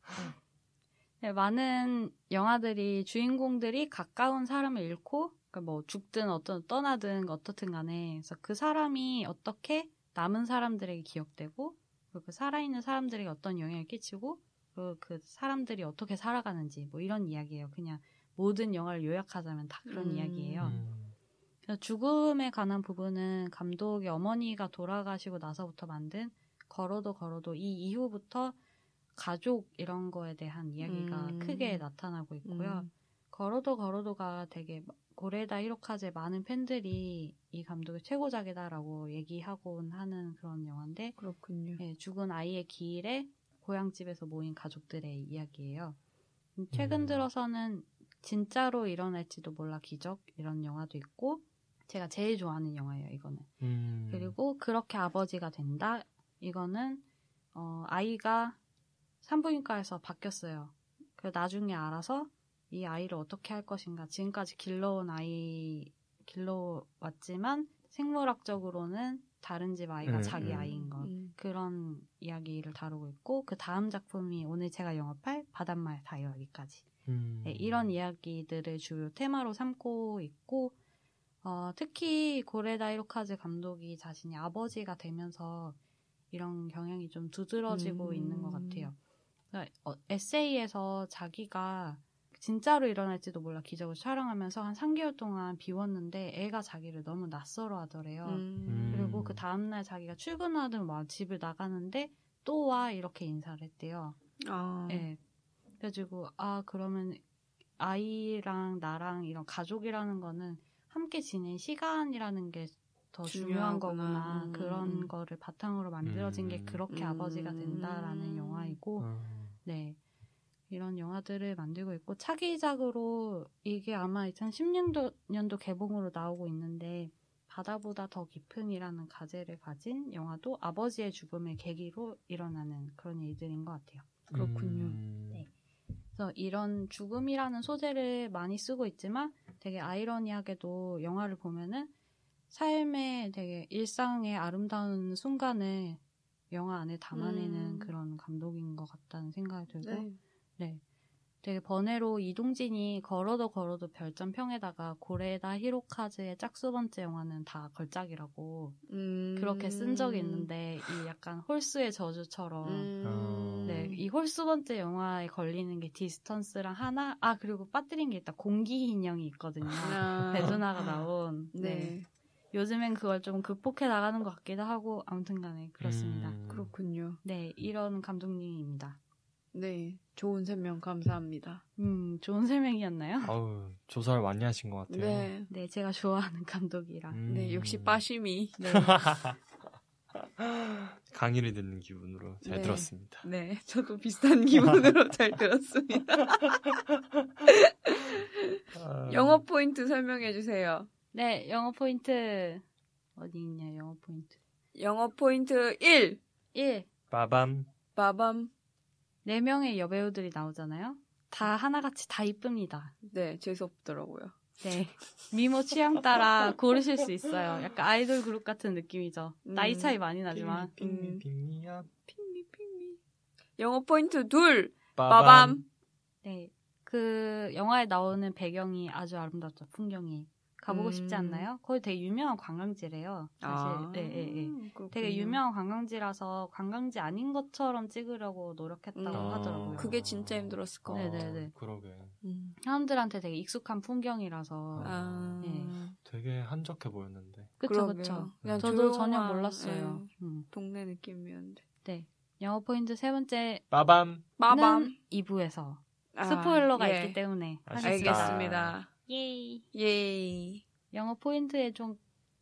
Speaker 3: 네, 많은 영화들이 주인공들이 가까운 사람을 잃고, 그러니까 뭐 죽든 어떤 떠나든 어떻든 간에, 그래서 그 사람이 어떻게 남은 사람들에게 기억되고, 그리고 그 살아있는 사람들에게 어떤 영향을 끼치고, 그리고 그 사람들이 어떻게 살아가는지, 뭐 이런 이야기예요. 그냥 모든 영화를 요약하자면 다 그런
Speaker 1: 음.
Speaker 3: 이야기예요.
Speaker 2: 음.
Speaker 3: 그래서 죽음에 관한 부분은 감독의 어머니가 돌아가시고 나서부터 만든 걸어도 걸어도 이 이후부터 가족 이런 거에 대한 이야기가
Speaker 1: 음.
Speaker 3: 크게 나타나고 있고요.
Speaker 1: 음.
Speaker 3: 걸어도 걸어도가 되게 고레다 히로카즈의 많은 팬들이 이 감독의 최고작이다라고 얘기하곤 하는 그런 영화인데
Speaker 1: 그렇군요.
Speaker 3: 예, 죽은 아이의 기일에 고향집에서 모인 가족들의 이야기예요. 음, 최근
Speaker 2: 음.
Speaker 3: 들어서는 진짜로 일어날지도 몰라 기적 이런 영화도 있고 제가 제일 좋아하는 영화예요 이거는.
Speaker 2: 음.
Speaker 3: 그리고 그렇게 아버지가 된다 이거는 어, 아이가 산부인과에서 바뀌었어요. 그 나중에 알아서 이 아이를 어떻게 할 것인가 지금까지 길러온 아이 길러왔지만 생물학적으로는 다른 집 아이가
Speaker 2: 음,
Speaker 3: 자기
Speaker 2: 음.
Speaker 3: 아이인 거.
Speaker 1: 음.
Speaker 3: 그런 이야기를 다루고 있고 그 다음 작품이 오늘 제가 영업할 바닷말 다이어리까지
Speaker 2: 음.
Speaker 3: 네, 이런 이야기들을 주요 테마로 삼고 있고 어, 특히 고레다 히로카즈 감독이 자신이 아버지가 되면서 이런 경향이 좀 두드러지고
Speaker 1: 음.
Speaker 3: 있는 것 같아요. 그러니까 어, 에세이에서 자기가 진짜로 일어날지도 몰라 기적을 촬영하면서 한 3개월 동안 비웠는데 애가 자기를 너무 낯설어 하더래요.
Speaker 1: 음.
Speaker 3: 그리고
Speaker 2: 음.
Speaker 3: 그 다음날 자기가 출근하든 와 집을 나가는데 또 와 이렇게 인사를 했대요.
Speaker 1: 아.
Speaker 3: 예. 그래가지고 아 그러면 아이랑 나랑 이런 가족이라는 거는 함께 지낸 시간이라는 게 더 중요한
Speaker 1: 중요하구나.
Speaker 3: 거구나
Speaker 1: 음.
Speaker 3: 그런 거를 바탕으로 만들어진 게
Speaker 2: 음.
Speaker 3: 그렇게
Speaker 1: 음.
Speaker 3: 아버지가 된다라는 영화이고
Speaker 2: 음.
Speaker 3: 네 이런 영화들을 만들고 있고 차기작으로 이게 아마 2010년도 년도 개봉으로 나오고 있는데 바다보다 더 깊은이라는 가제를 가진 영화도 아버지의 죽음을 계기로 일어나는 그런 일들인 것 같아요.
Speaker 1: 그렇군요.
Speaker 2: 음.
Speaker 3: 네. 그래서 이런 죽음이라는 소재를 많이 쓰고 있지만 되게 아이러니하게도 영화를 보면은 삶의 되게 일상의 아름다운 순간을 영화 안에 담아내는
Speaker 1: 음.
Speaker 3: 그런 감독인 것 같다는 생각이 들고
Speaker 1: 네.
Speaker 3: 되게 번외로 이동진이 걸어도 걸어도 별점 평에다가 고레다 히로카즈의 짝수 번째 영화는 다 걸작이라고
Speaker 1: 음.
Speaker 3: 그렇게 쓴 적이 있는데 이 약간 홀수의 저주처럼
Speaker 1: 음.
Speaker 3: 네, 이 홀수 번째 영화에 걸리는 게 디스턴스랑 하나, 아 그리고 빠뜨린 게 있다. 공기 인형이 있거든요. <laughs>
Speaker 1: 아.
Speaker 3: 배두나가 나온. 네.
Speaker 1: 네.
Speaker 3: 요즘엔 그걸 좀 극복해 나가는 것 같기도 하고 아무튼간에 그렇습니다.
Speaker 2: 음.
Speaker 1: 그렇군요.
Speaker 3: 네, 이런 감독님입니다.
Speaker 1: 네. 좋은 설명 감사합니다.
Speaker 3: 음, 좋은 설명이었나요?
Speaker 2: 아우 조사를 많이 하신 것 같아요.
Speaker 1: 네.
Speaker 3: 네, 제가 좋아하는 <laughs> 감독이라.
Speaker 2: 음.
Speaker 1: 네. 역시 빠심이.
Speaker 3: 네,
Speaker 2: 강의를 듣는 기분으로 잘
Speaker 1: 네.
Speaker 2: 들었습니다.
Speaker 1: 네, <laughs> 저도 비슷한 기분으로 잘 들었습니다.
Speaker 2: 아,
Speaker 1: 영어 포인트 설명해 주세요.
Speaker 3: 네, 영어 포인트 어디 있냐? 영어 포인트. 예,
Speaker 1: 영어 포인트 1.
Speaker 3: 1.
Speaker 2: 빠밤
Speaker 1: 마밤.
Speaker 3: 네 명의 여배우들이 나오잖아요. 다 하나같이 다 이쁩니다.
Speaker 1: 네, 재수없더라고요.
Speaker 3: 네. 미모 취향 따라 고르실 수 있어요. 약간 아이돌 그룹 같은 느낌이죠. 나이
Speaker 1: 음,
Speaker 3: 차이 많이 나지만.
Speaker 1: 음.
Speaker 2: 핑미 핑미야
Speaker 1: 핑미 핑미. 영어 포인트 둘.
Speaker 2: 빠밤
Speaker 1: 빠밤.
Speaker 3: 네. 그 영화에 나오는 배경이 아주 아름답죠. 풍경이. 가보고 싶지
Speaker 1: 음. 아.
Speaker 3: 않나요? 거기 되게 유명한 관광지래요. 사실. 네, 네, 네. 되게 유명한 관광지라서 관광지 아닌 것처럼 찍으려고 노력했다고
Speaker 1: 음.
Speaker 3: 하더라고요.
Speaker 1: 그게 진짜 힘들었을 거.
Speaker 3: 네, 네, 네.
Speaker 2: 그러게.
Speaker 1: 음.
Speaker 3: 사람들한테 되게 익숙한 풍경이라서.
Speaker 2: 아.
Speaker 1: 아,
Speaker 3: 네.
Speaker 2: 되게 한적해 보였는데.
Speaker 3: 그쵸, 그쵸.
Speaker 1: 그냥
Speaker 3: 저도 전혀
Speaker 1: 네, 조용한,
Speaker 3: 몰랐어요.
Speaker 1: 예,
Speaker 3: 음.
Speaker 1: 동네 느낌이었는데.
Speaker 3: 네. 영어 포인트 세 번째는
Speaker 2: 빠밤.
Speaker 1: 마밤.
Speaker 3: 2부에서
Speaker 1: 아,
Speaker 3: 스포일러가
Speaker 1: 예.
Speaker 3: 있기 때문에
Speaker 2: 아쉽습니다.
Speaker 1: 알겠습니다.
Speaker 3: 예이.
Speaker 1: 예이.
Speaker 3: 영어 포인트에 좀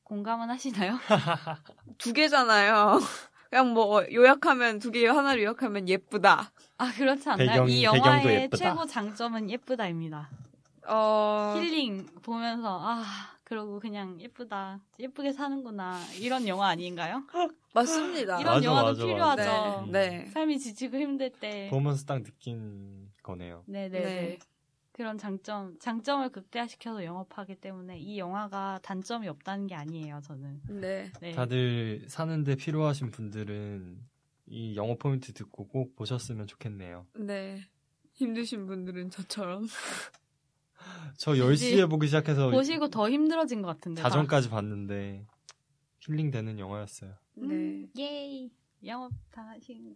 Speaker 3: 공감은 하시나요? <laughs>
Speaker 1: 두 개잖아요. <laughs> 그냥 뭐 요약하면 두 개 하나를 요약하면 예쁘다.
Speaker 3: 아 그렇지 않나요?
Speaker 2: 배경이-
Speaker 3: 이
Speaker 2: 배경도
Speaker 3: 영화의
Speaker 2: 예쁘다.
Speaker 3: 최고 장점은 예쁘다입니다.
Speaker 1: 어.
Speaker 3: 힐링 보면서 아 그러고 그냥 예쁘다 예쁘게 사는구나 이런 영화 아닌가요?
Speaker 1: 맞습니다.
Speaker 3: 이런
Speaker 2: 맞아,
Speaker 3: 영화도
Speaker 2: 맞아,
Speaker 3: 필요하죠.
Speaker 2: 맞아.
Speaker 1: 네. 네.
Speaker 3: 삶이 지치고 힘들 때.
Speaker 2: 보면서 딱 느낀 거네요.
Speaker 3: 네네네.
Speaker 1: 네.
Speaker 3: 그런 장점 장점을 극대화시켜서 영업하기 때문에 이 영화가 단점이 없다는 게 아니에요 저는.
Speaker 1: 네.
Speaker 3: 네.
Speaker 2: 다들 사는데 필요하신 분들은 이 영어 포인트 듣고 꼭 보셨으면 좋겠네요.
Speaker 1: 네. 힘드신 분들은 저처럼.
Speaker 2: 저 10시에 보기 시작해서
Speaker 3: 보시고 더 힘들어진 것 같은데.
Speaker 2: 자정까지 봤는데 힐링되는 영화였어요.
Speaker 1: 네.
Speaker 3: 네. 예이 영업 당하신.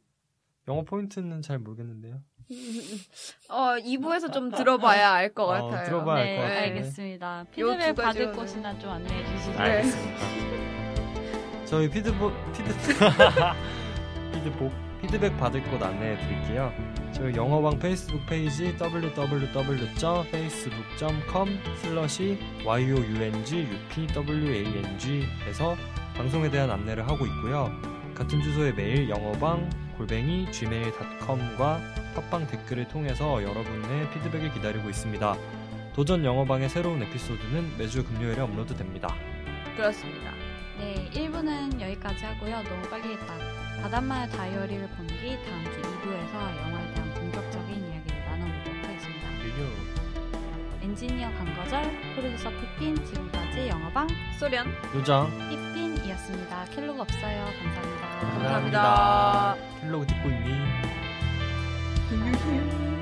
Speaker 2: 영어 포인트는 잘 모르겠는데요.
Speaker 1: 어, 2부에서 좀 들어봐야 알 것
Speaker 2: 어,
Speaker 1: 같아요.
Speaker 2: 들어봐야 알
Speaker 3: 네,
Speaker 2: 것 같아요.
Speaker 3: 알겠습니다.
Speaker 1: 두
Speaker 3: 피드백 받을
Speaker 1: 가지로는-
Speaker 3: 곳이나 좀 안내해 주시죠.
Speaker 1: 네.
Speaker 2: 저희 피드보 피드 <laughs> 피드복 피드백 받을 곳 안내해 드릴게요. 저희 영어방 페이스북 페이지 www.facebook.com/youngupwang에서 방송에 대한 안내를 하고 있고요. 같은 주소의 메일 영어방 골뱅이 gmail.com과 팟빵 댓글을 통해서 여러분의 피드백을 기다리고 있습니다. 도전 영어방의 새로운 에피소드는 매주 금요일에 업로드됩니다.
Speaker 1: 그렇습니다.
Speaker 3: 네, 1부는 여기까지 하고요. 너무 빨리 했다. 바닷마을 다이어리를 본뒤 다음 주 2부에서 영화에 대한 본격적인 이야기를 나눠보도록 하겠습니다. 엔지니어 강거절, 프로듀서 피핀, 지금까지 영어방
Speaker 1: 소련.
Speaker 2: 요정
Speaker 3: 피핀이었습니다. 킬로가 없어요. 감사합니다.
Speaker 2: 감사합니다. 필로그 듣고 있니?
Speaker 1: 감사합니다.